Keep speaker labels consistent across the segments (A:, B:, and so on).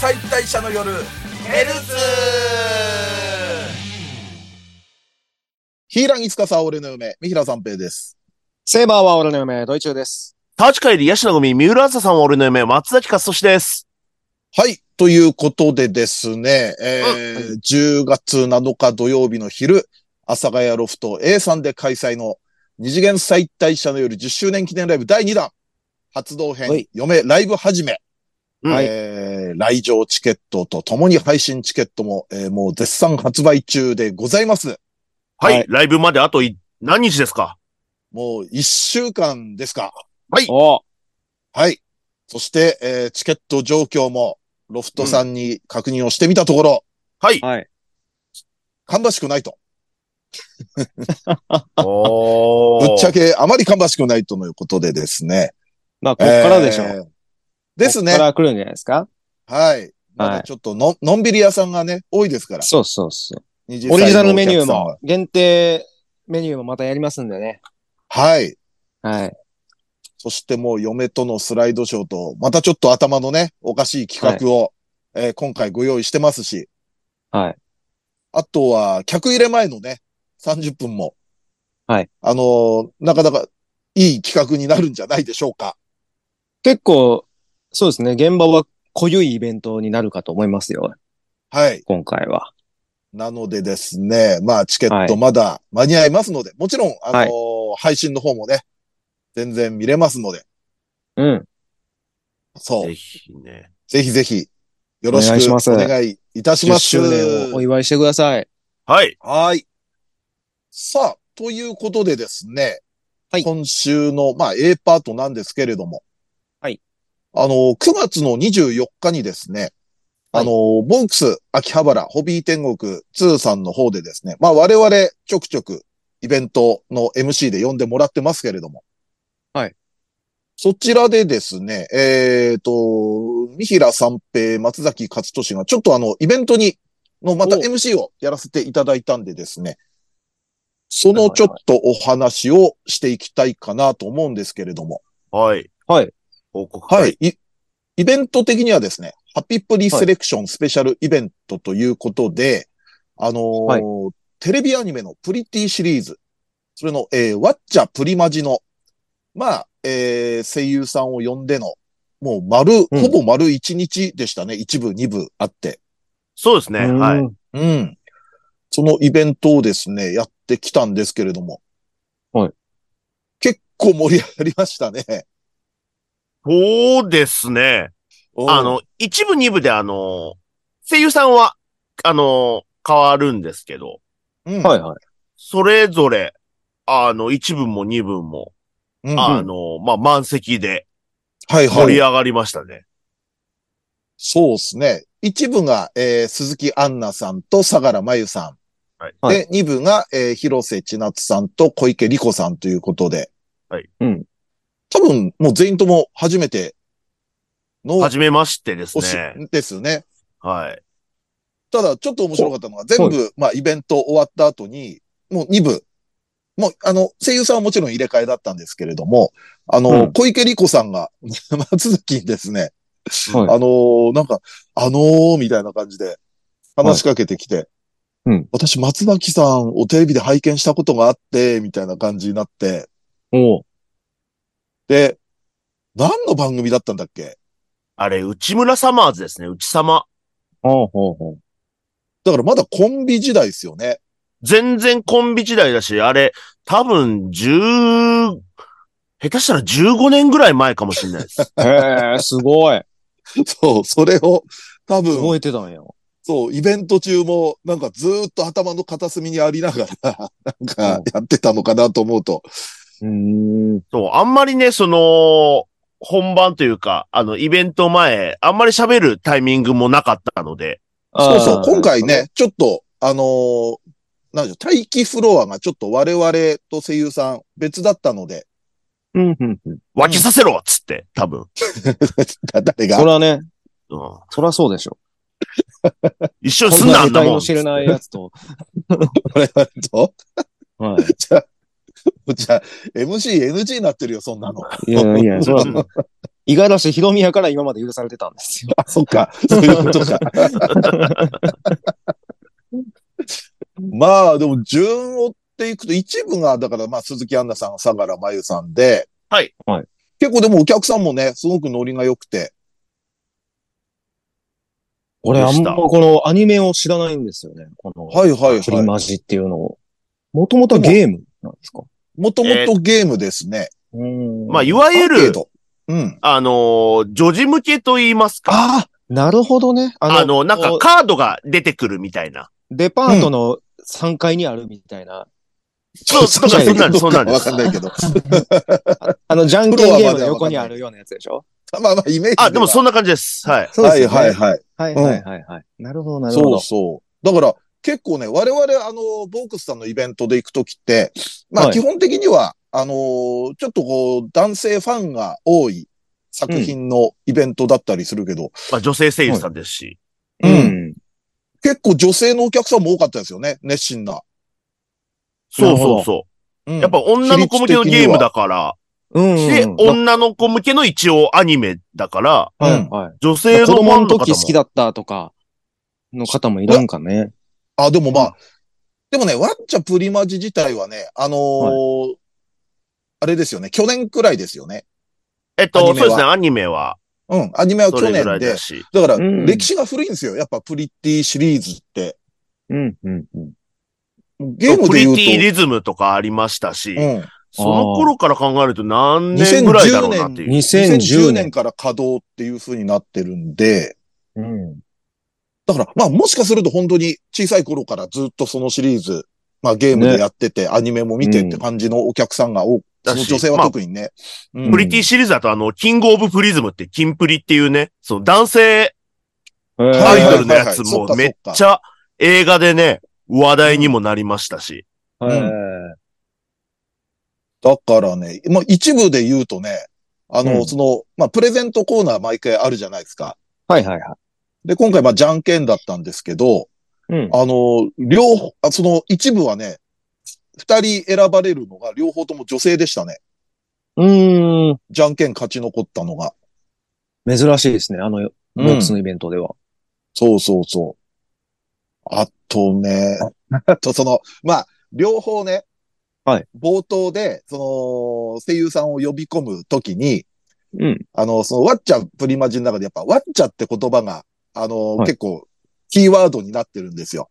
A: 解体者の夜ヘルツ
B: ヒーラン・イツカサ、俺の嫁、三平三平です。
C: セーバーは俺の嫁、ドイチューです。
D: タチカよりヤシのゴミ、三浦朝さんは俺の夢、松崎勝利です。
B: はい。ということでですね、えー10月7日土曜日の昼、阿佐ヶ谷ロフト A さんで開催の二次元再退社の夜10周年記念ライブ第2弾、発動編、
C: はい
B: 嫁ライブ始め、
C: はい
B: えー来場チケットとともに配信チケットも、えーもう絶賛発売中でございます。
D: はい、
C: はい
D: ライブまであとい何日ですか
B: もう1週間ですか。
C: お
B: はい。そして、えーチケット状況も、ロフトさんに確認をしてみたところ、
D: はい。
C: はい。
B: 芳しくないと。
D: お
B: ぶっちゃけ、あまり芳しくないとのことでですね。
C: まあ、こっからでしょ。
B: えーですね
C: こっか。ら来るんじゃないですか
B: はい。まだちょっとの、のんびり屋さんがね、多いですから。
C: そうそうそう。
B: オリ
C: オリジナルメニューも、限定メニューもまたやりますんでね。
B: はい。
C: はい。
B: そしてもう嫁とのスライドショーと、またちょっと頭のね、おかしい企画を、えー今回ご用意してますし。
C: はい。
B: あとは、客入れ前のね、30分も。
C: はい。
B: あのーなかなかいい企画になるんじゃないでしょうか。
C: 結構、そうですね、現場は濃ゆいイベントになるかと思いますよ、
B: はい。
C: 今回は。
B: なのでですね、まあ、チケッ
C: は
B: ト
C: い
B: まだ間に合いますので、もちろん、あのー
C: はい
B: 配信の方もね、全然見れますので、
C: うん。
B: そ
D: ぜ
B: う、ぜ
D: ひね。
B: ひぜひ、よろし
C: お願いします
B: くお願いいたし
C: 10
B: ます。
C: 周年をお祝いしてください。
D: はい。
B: はい。さあ、ということでですね。
C: はい
B: 今週の、まあ、A パートなんですけれども。
C: はい。
B: あの、9月の24日にですね、
C: は
B: あ
C: い
B: の、ボンクス秋葉原ホビー天国2さんの方でですね、まあ、我々ちょくちょくイベントの MC で呼んでもらってますけれども。
C: はい。
B: そちらでですね、えっ、と、三平三平、松崎勝利が、ちょっとあの、イベントにの、また
C: お
B: MC をやらせていただいたんでですね、そのちょっとお話をしていきたいかなと思うんですけれども、
D: はい。
C: はい。
D: 報告会。
B: はい。いイベント的にはですね、ハピプリセレクションスペシャルイベントということで、あのー
C: はい
B: テレビアニメのプリティシリーズ、それの、えー、ワッチャプリマジの、まあ、えー声優さんを呼んでの、もう丸、
C: うん
B: ほぼ丸1日でしたね。一部、二部あって。
D: そうですね。はい。
C: い。
B: うん。そのイベントをですね、やってきたんですけれども。
C: はい。
B: 結構盛り上がりましたね。
D: そうですね。あの、一部二部であの、声優さんは、あの、変わるんですけど、
B: うん、うん、
C: はいはい。
D: それぞれ、あの、一部も二部も、
B: うん
D: あの、まあ、満席で
B: はい
D: 盛
B: は
D: り
B: い。
D: 上がりましたね。
B: そうですね。一部が、えー鈴木杏奈さんと相良真由さ
D: はい
B: ん。で、二部が、えー広瀬千夏さんと小池里子さんということで。
D: はい。
C: うん。
B: 多分、もう全員とも初めての
D: はじめましてです
B: おし
D: ね。
B: ですよね。
D: はい。
B: ただ、ちょっと面白かったのが、全部、まあ、イベント終わった後に、もう2部、もう、あの、声優さんはもちろん入れ替えだったんですけれども、あの、
C: うん
B: 小池里子さんが、 松崎にですね、
C: は
B: あ
C: い
B: のーなんか、あのー、みたいな感じで、話しかけてきて、
C: うん
B: 私、松崎さんをテレビで拝見したことがあって、みたいな感じになって、
C: おう
B: で、何の番組だったんだっけ
D: あれ、内村サマーズですね。内様。
C: ほうほうほう。
B: だからまだコンビ時代ですよね。
D: 全然コンビ時代だし、あれ、多分、十、下手したら15年ぐらい前かもしれない です。
C: へえ、すごい。
B: そう、それを、多分、
C: 覚えてたんや。
B: そう、イベント中も、なんかずーっと頭の片隅にありながら、なんか
C: うん
B: やってたのかなと思うと。
C: うん。
D: そう、あんまりね、その、本番というか、あの、イベント前、あんまり喋るタイミングもなかったので、
B: そうそう、今回ね、ちょっと、あのーなんでしょう、待機フロアがちょっと我々と声優さん別だったので、
C: うんうんうん。
D: 湧きさせろっつって、多分。
B: 誰
C: そ
B: が、
C: らね、
D: うん、
C: そらそうでしょ。
D: 一緒にす
C: そ
D: ん
C: ん
D: な、
C: な
D: あん
C: 得
D: な
C: 体
D: もん
C: の。知れないやつ と。
B: 我々と、
C: はい。
B: じゃあ、じゃあ MC NG になってるよ、そんなの。
C: いやいや、そら、五十嵐ひろみやから今まで許されてたんですよ。
B: あ、そっ か。そういうことか。まあ、でも、順を追っていくと、一部が、だから、まあ、鈴木アンナさん、相良真由さんで。
D: はい。
C: はい。
B: 結構、でも、お客さんもね、すごくノリが良くて。
C: 俺、
D: ど
C: あ
D: うんし
C: ま
D: た
C: このアニメを知らないんですよね。この、
B: はいはい
C: プリ
B: は
C: マジっていうのを。もともとゲームなんですか
B: い。もともとゲームですね。
C: うん
D: まあ、いわゆ
B: ある程
D: る、
B: 度。うん。
D: あのー女児向けと言いますか。
C: ああ、なるほどね。あの、
D: あの、なん
C: こ
D: か
C: う
D: カードが出てくるみたいな。
C: デパートの3階にあるみたい な。
D: そう、そう
C: ちっちゃい
D: そうなんです、
B: ど
D: そ
B: っ
D: うな
B: か
D: んで
B: わ
D: す。
B: かんないけど。
C: あの、ジャンケンゲームの横にあるようなやつでしょ
B: まあまあ、イメージでは。
D: あ、でもそんな感じです。はい。
C: そうですよね
B: はいはいはい。
C: はいはいはいはい。なるほど、なるほ
B: そ
C: ど
B: う。そう。だから、結構ね、我々、あの、ボークスさんのイベントで行くときって、まあ、
C: はい
B: 基本的には、あのー、ちょっとこう、男性ファンが多い作品のイベントだったりするけど、
D: まあ女性声優さんですし。
B: うん
C: ん。
B: 結構女性のお客さんも多かったですよね、熱心な。
D: そうそうそうう。
B: ん
D: やっぱ女の子向けのゲームだから、
C: うんうんうん。
D: で、
C: うん
D: 女の子向けの一応アニメだから、
C: は
B: う
C: い
B: ん
C: はい。
D: 女性の
C: 子
D: ファ
C: 供
D: ン
C: の
D: の方も
C: 時好きだったとか、の方もいらんかね。
B: あ、でもまあ、でもね、ワッチャプリマジ自体はね、あのーあれですよね、去年くらいですよね。
D: えっ
B: アニ
D: と、
B: メは
D: そうですね、アニメは。
B: うん、アニメは
D: そ
B: 去
D: れぐらいだ
B: 年で。
D: し。
B: だから、
C: うん
B: 歴史が古いんですよ、やっぱプリティシリーズって。
C: うん、うん、うん。
B: ゲーム
D: プ
B: で
D: リ
B: 言う
D: ティ
B: と。
D: リズムとかありましたし、
B: うん。
D: その頃から考えると何年ぐらいだろうなっていう。
B: 2010
C: 2010
B: 年
C: 年。
B: から稼働っていう風になってるんで、
C: うん。
B: だから、まあもしかすると本当に小さい頃からずっとそのシリーズ、まあゲームでやってて、アニメも見てって感じのお客さんが多く、
D: だ
B: そ
D: し
B: の女性は特にね。うん
D: プリティシリーズだとあの、キングオブプリズムって、キンプリっていうね、その男性アイドルのやつ
B: はいはいはいはいそっ
D: も
B: か
D: めっちゃ映画でね、話題にもなりましたし。
B: ん
C: はい
B: だからね、まあ一部で言うとね、あの、
C: うん
B: その、まあプレゼントコーナー毎回あるじゃないですか。
C: はいはい。
B: で、今回まあじゃんけんだったんですけど、
C: うん。
B: あの、両方、あその一部はね、二人選ばれるのが両方とも女性でしたね。
C: うーん。
B: じゃんけん勝ち残ったのが。
C: 珍しいですね。あの、ボックスのイベントでは。
B: そうそうそう。あと ね、あとその、まあ、両方ね、
C: はい。
B: 冒頭で、その、声優さんを呼び込むときに、
C: うん。
B: あの、その、ワッチャプリマジの中でやっぱ、ワッチャって言葉が、あの、
C: はい
B: 結構、キーワードになってるんですよ。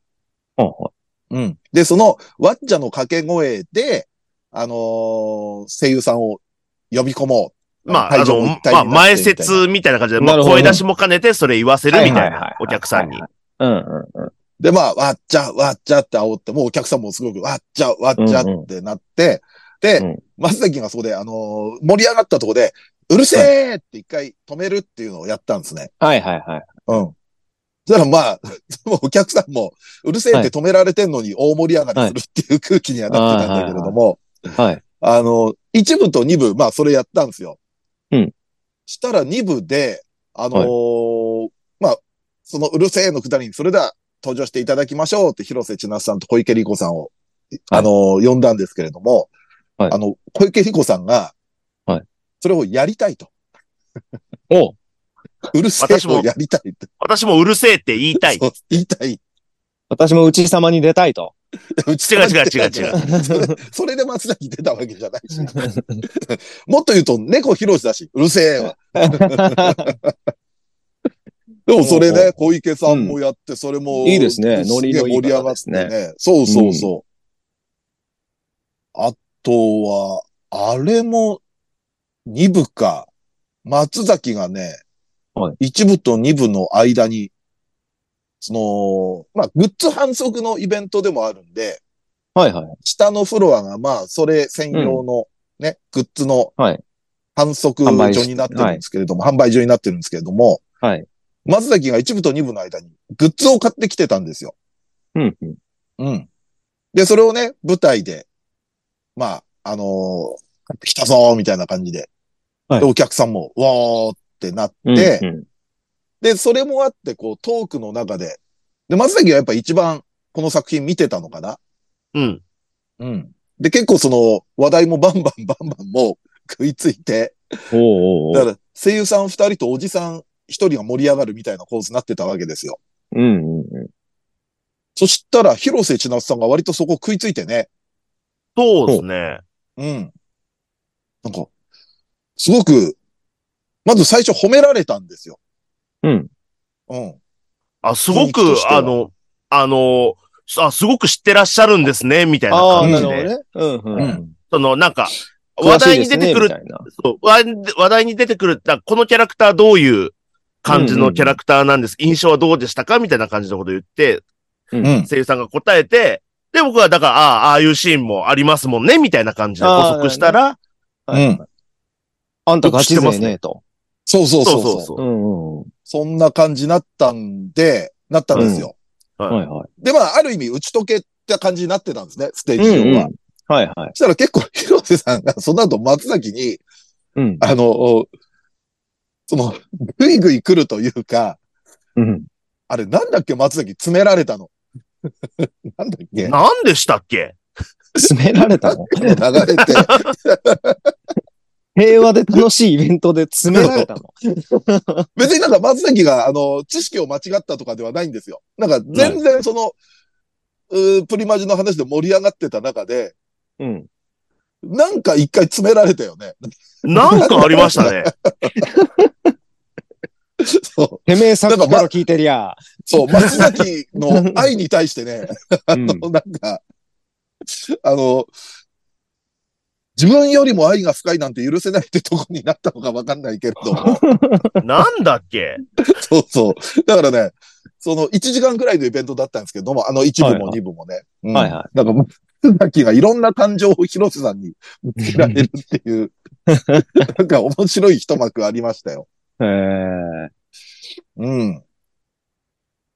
C: はいは
B: うん。で、その、ワッチャの掛け声で、あのー声優さんを呼び込もう。
D: まあ、
B: 会
D: あ
B: 場
D: の
B: も一、体
D: まあ、
B: になって
D: 前
B: みたいな
D: 説みたいな感じで、ま
C: な
D: あ、
C: るほど
D: 声出しも兼ねて、それ言わせる
C: い。
D: みたい
C: ははは
D: な、お客さんに。。
C: うんうんうん。
B: で、まあ、わっちゃ、わっちゃって煽って、もうお客さんもすごくわっちゃ、わっちゃってなって、
C: う
B: で
C: ん、
B: 松崎がそこで、あのー盛り上がったとこで、うるせえって一回止めるっていうのをやったんですね。
C: はいはいはい。
B: うん。そしたらまあ、 もうお客さんも、うるせえって止められてんのに大盛り上がりするっていう空気にはなってたんだけれども、
C: はい。
B: あの、一部と二部、まあ、それやったんですよ。
C: うん。
B: したら二部で、あのーまあ、そのうるせえのくだりに、それでは登場していただきましょうって、広瀬千奈さんと小池理子さんを、あのー呼んだんですけれども、
C: はい
B: あの、小池理子さんが、
C: はい。
B: それをやりたいと。
C: お
B: うるせえをやりたいって。
D: 私もうるせえって言いたい。
B: そう言いたい。
C: 私も内様に出たいと。
B: 違う
D: 違う違う違う違う。
B: それで松崎出たわけじゃないし。もっと言うと、猫広瀬だし、うるせえわ。でもそれね、小池さんもやって、それも。
C: いいですね
B: すげえ
C: ノリのい
B: 盛
C: い
B: り上
C: 方
B: がって
C: ですね
B: ね。そうそうそう。あとは、あれも、二部か。松崎がね
C: は、
B: 一部と二部の間に、その、まあ、グッズ反則のイベントでもあるんで、
C: はいはい。
B: 下のフロアが、まあ、それ専用のね、グッズの
C: はい
B: 反則所
C: 販売し
B: になってるんですけれども、販売所になってるんですけれども、
C: はい。
B: 松崎が一部と二部の間にグッズを買ってきてたんですよ。
C: うんうん。
B: うん。で、それをね、舞台で、まあ、あのー来たぞーみたいな感じで、
C: はい
B: で、お客さんも、わーってなって、
C: うんうん、
B: で、それもあって、こう、トークの中で、で、松崎はやっぱ一番この作品見てたのかな
D: うん。
B: うん。で、結構その話題もバンバンバンバンもう食いついて、
C: おうおうおう
B: だから声優さん二人とおじさん一人が盛り上がるみたいな構図になってたわけですよ。
C: うん、うん。
B: そしたら、広瀬千夏さんが割とそこ食いついてね。
D: そうですね。
B: うん。なんか、すごく、まず最初褒められたんですよ。
C: うん。
B: うん。
D: あ、すごく
B: 雰囲気とし、ては
D: あの、あの、あ、すごく知ってらっしゃるんですね、みたいな
C: ああ、
D: 感
C: な
D: じ
C: るほど
D: で。
C: ね。うん、う。
B: うん
D: その、なんか、
C: 詳
D: 話
C: しい
D: 題
C: で
D: に
C: すね
D: 出てくる
C: みたいな
D: そう話話題に出てくる、だこのキャラクターどういう感じのキャラクターなんです、印象はどうでしたかみたいな感じのこと言って、
B: うん。
D: 声優さんが答えて、で、僕はだから、ああ、ああいうシーンもありますもんね、みたいな感じで補足したら、
B: う
C: はい
B: ん。
C: あんたガチ勢ね、と。
B: そうそう
D: そ
B: そうう
D: そう
B: そ
D: そ
B: う。
D: うう。
C: ん、うん。
B: そんな感じになったんで、なったんですよ。
C: はいはい。
B: で、まあ、ある意味打ち解けた感じになってたんですね、ステージ上は。
C: うん、うん。はいはい。
B: そしたら結構、広瀬さんが、その後松崎に、
C: うん。
B: あの、その、ぐいぐい来るというか、
C: うん。
B: あれ、なんだっけ、松崎、詰められたの。 なんだっけ、
D: 何でしたっけ
C: 詰められ たの
B: 流れて、
C: 平和で楽しいイベントで詰められたの。
B: 別になんか松崎が、あの、知識を間違ったとかではないんですよ。なんか、全然その、うープリマジの話で盛り上がってた中で、
C: うん。
B: なんか一回詰められたよね。
D: なんかありましたね。
B: そう。
C: てめえさっきから聞いてりゃ。
B: そう、松崎 の愛に対してね、
C: うん
B: あの、なんか、あの、自分よりも愛が深いなんて許せないってとこになったのかわかんないけれど も。
D: なんだっけ
B: そうそう。だからね、その1時間くらいのイベントだったんですけども、あの1部
C: はい
B: も
C: は
B: 2部もね。。
C: はいはい
B: なんか、 松崎がいろんな感情を広瀬さんにぶつけられるって いう、なんか面白い一幕ありましたよ。
C: へえ。
B: うん。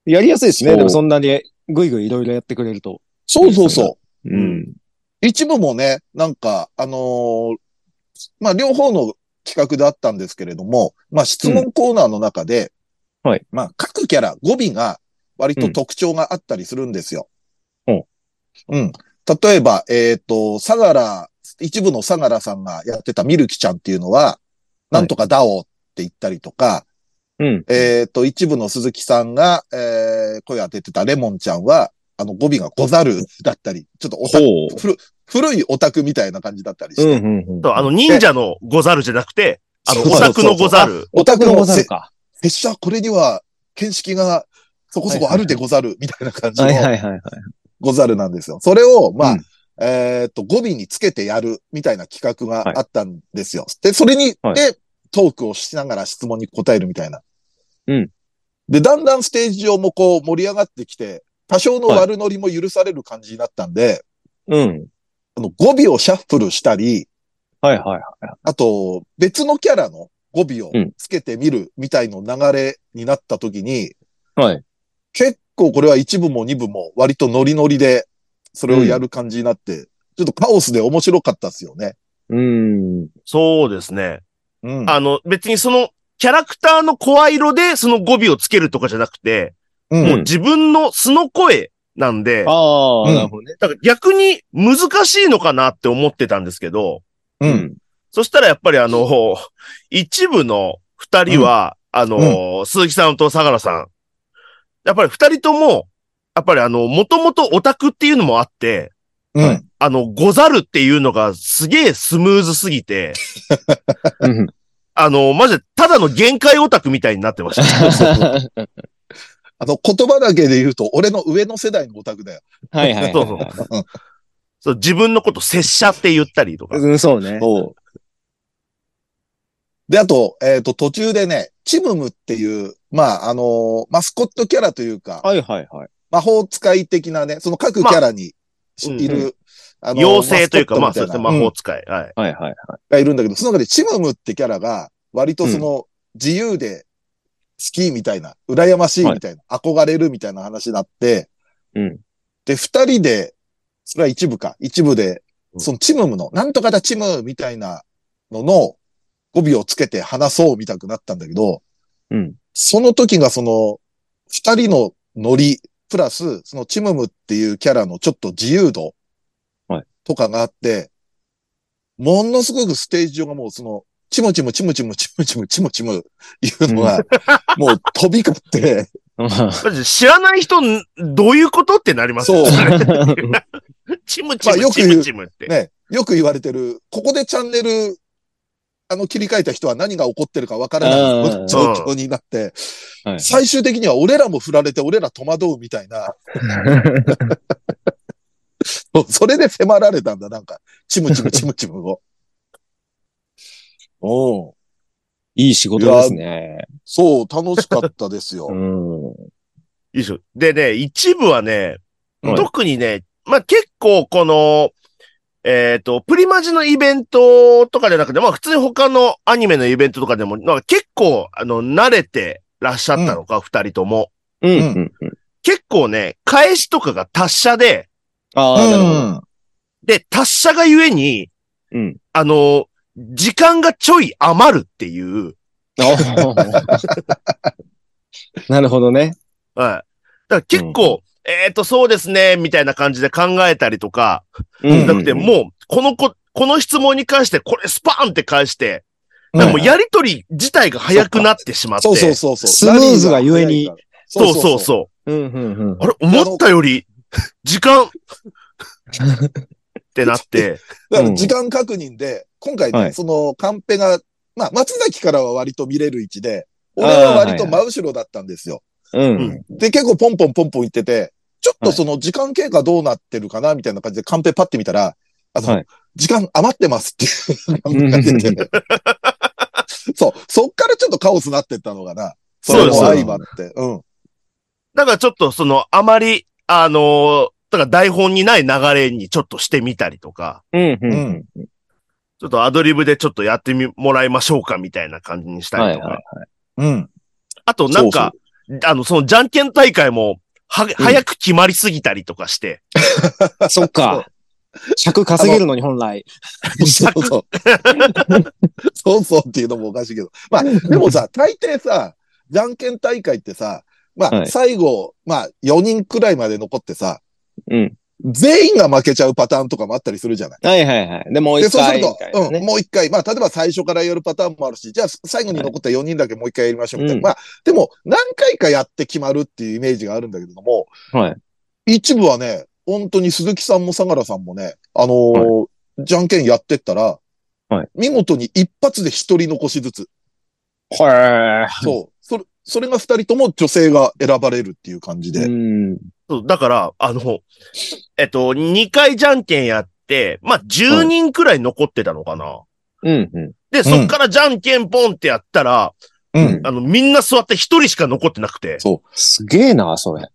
C: やりやすいです
B: そ
C: ね。
B: う
C: でもそんなにぐいぐいいろいろやってくれると。
B: そうそうそう。。
C: うん
B: 一部もね、なんか、あのーまあ、両方の企画であったんですけれども、まあ、質問コーナーの中で、
C: うんはい。
B: まあ、各キャラ、語尾が割と特徴があったりするんですよ。
C: うん。
B: うん。例えば、えっ、と、相良、一部の相良さんがやってたミルキちゃんっていうのは、なんとかダオって言ったりとか、
C: うん。
B: えっ、と、一部の鈴木さんが、えー、声当ててたレモンちゃんは、あの、語尾がござるだったり、ちょっとおた
C: ほう。
B: 古古いオタクみたいな感じだったりし
C: うん
B: て。
C: うんうん。
D: そうあの、忍者のござるじゃなくて、あの、
B: そう
D: オタクのござる。
B: オタク
C: で
B: の
C: ご
B: ご
C: ざ
B: ざ
C: る
B: る。
C: か。
B: 拙者、これには、見識がそこそこあるでござる、みたいな感じ
C: はいは
B: の
C: いはいはい。
B: ござるなんですよ。それを、まあ、
C: うん
B: えーっと、語尾につけてやる、みたいな企画があったんですよ。で、それに、
C: はい
B: で、トークをしながら質問に答えるみたいな。
C: うん。
B: で、だんだんステージ上もこう盛り上がってきて、多少の悪ノリも許される感じになったんで、
C: うん。
B: あの、語尾をシャッフルしたり、
C: はいはいはい。
B: あと、別のキャラの語尾を
C: うん
B: つけてみるみたいの流れになった時に、
C: はい。
B: 結構これは一部も二部も割とノリノリで、それをやる感じになって、ちょっとカオスで面白かったですよね。
C: うん。
D: そうですね。
B: うん。
D: あの、別にその、キャラクターの声色でその語尾をつけるとかじゃなくて、
B: う。
D: もうん自分の素の声なんで、
C: ああ、
B: うん
C: なるほどね。
D: だから逆に難しいのかなって思ってたんですけど、
B: うん。。
D: そしたらやっぱりあの、一部の二人は、あの、鈴木さんと相良さん。やっぱり二人とも、やっぱりあの、もともとオタクっていうのもあって、
B: うん。
D: あの、ござるっていうのがすげえスムーズすぎて、
C: うん。
D: あの、マジでただの限界オタクみたいになってました。
B: あの、言葉だけで言うと、俺の上の世代のオタクだよ。
C: はいはいはいはい。
D: そうそう自分のこと拙者って言ったりとか。
C: うん、そうね。
B: で、あと、えっ、と、途中でね、チムムっていう、まあ、あのーマスコットキャラというか、
C: はいはいはい。
B: 魔法使い的なね、その各キャラにし
D: まあ
B: いる、あの
D: 妖精というか、ま
B: マ
D: あ、
B: スコ
D: そう
B: ッ
D: ですね、
B: トみた
D: 魔
B: いな
D: 法使い。はい。
C: はいはいは
B: がいるんだけど、その中でチムムってキャラが、割とその、自由で、好きみたいな、羨ましいみたいな、憧れるみたいな話になって、
C: い。うん。
B: で、二人で、それは一部か、一部で、
D: うん
B: そのチムムの、なんとかだチムみたいなのの、語尾をつけて話そうみたくなったんだけど、
C: うん。
B: その時がその、二人のノリ、プラス、そのチムムっていうキャラのちょっと自由度
C: はい、
B: とかがあって、ものすごくステージ上がもうその、チムチムチムチムチムチムチムチムいうの が、もう飛び交って、
D: マジで知らない人、どういうことってなりますよ
B: そう
D: ね。チムチ
B: まあよ
D: ム
B: く
D: チ
B: 言う
D: ムチムって。
B: ね、よく言われてる、ここでチャンネル、あの、切り替えた人は何が起こってるかわから
C: う
B: なんい状況になって、
C: はい
B: 最終的には俺らも振られて、俺ら戸惑うみたいな、それで迫られたんだ、なんか、チムチムチムチムを。おう
C: いい仕事ですね。
B: そう、楽しかったですよ。
C: うん。は
D: よいしょでね、一部はね、
C: はい
D: 特にね、まあ結構この、えっ、と、プリマジのイベントとかじゃなくて、まあ普通に他のアニメのイベントとかでも、なんか結構、あの、慣れてらっしゃったのか、二、人とも。
C: うんん。うん
D: 結構ね、返しとかが達者で、
C: ああ、なるほど。
D: で、達者がゆえに、
C: うん。
D: あの、時間がちょい余るっていう、
C: なるほどね。
D: はい。だから結構、えっ、と、そうですね、みたいな感じで考えたりとか、
C: うん
D: なくて、もう、このこ、この質問に関して、これスパーンって返して、だからもうやりとり自体が早くなってしまって。
B: そうそうそうそう。
C: スムーズが
B: ラ
C: 故に
B: リーが早い
D: そ
B: から。
D: うそうそう
C: うん、うん、うん。
D: あれ、思ったより、時間、ってなって。
B: だから時間確認で、今回ね、
C: はい
B: そのカンペが、まあ、松崎からは割と見れる位置で、俺は割と真後ろだったんですよ。
C: うん。
B: で、結構ポンポンポンポン言ってて、ちょっとその時間経過どうなってるかな、みたいな感じでカンペパって見たら、あの、
C: はい
B: 時間余ってますっていうカンペが出て。 そう、そっからちょっとカオスなってったのかな。
D: そうです
B: も相まって。うん。
D: だからちょっとその、あまり、あのーだから台本にない流れにちょっとしてみたりとか、
C: うん、うん。
B: うん
D: ちょっとアドリブでちょっとやってみ、もらいましょうかみたいな感じにしたりとか。
C: はいは
B: うん。
D: あとなんか、あの、その、じゃんけん大会も、は、早く決まりすぎたりとかして、
C: そっか。尺稼げるのに本来。
B: そうそう。そうそうっていうのもおかしいけど。まあ、でもさ、大抵さ、じゃんけん大会ってさ、ま
C: は
B: あ、
C: い
B: 最後、まあ、4人くらいまで残ってさ、
C: うん。
B: 全員が負けちゃうパターンとかもあったりするじゃない。
C: はいはいはい。で、もう
B: で、
C: 一
B: そうす
C: 回
B: ると
C: みたい、な
B: うん、
C: ね。
B: もう一回、まあ、例えば最初からやるパターンもあるし、じゃあ最後に残った4人だけもう一回やりましょうみたいな。
C: うん
B: まあ、でも、何回かやって決まるっていうイメージがあるんだけれども、
C: はい。
B: 一部はね、本当に鈴木さんも相良さんもね、あのーじゃんけんやってったら、
C: はい
B: 見事に一発で一人残しずつ。
C: は
B: そう。それ、それが二人とも女性が選ばれるっていう感じ
C: い。
B: で。
C: うん。
D: そう、だから、あの、えっと、2回じゃんけんやって、まあ、10人くらい残ってたのかな。
C: うん、うん。
D: で、そっからじゃんけんポンってやったら、
B: うん。
C: うん
D: あの、みんな座って1人しか残ってなくて。
C: すげえな、それ。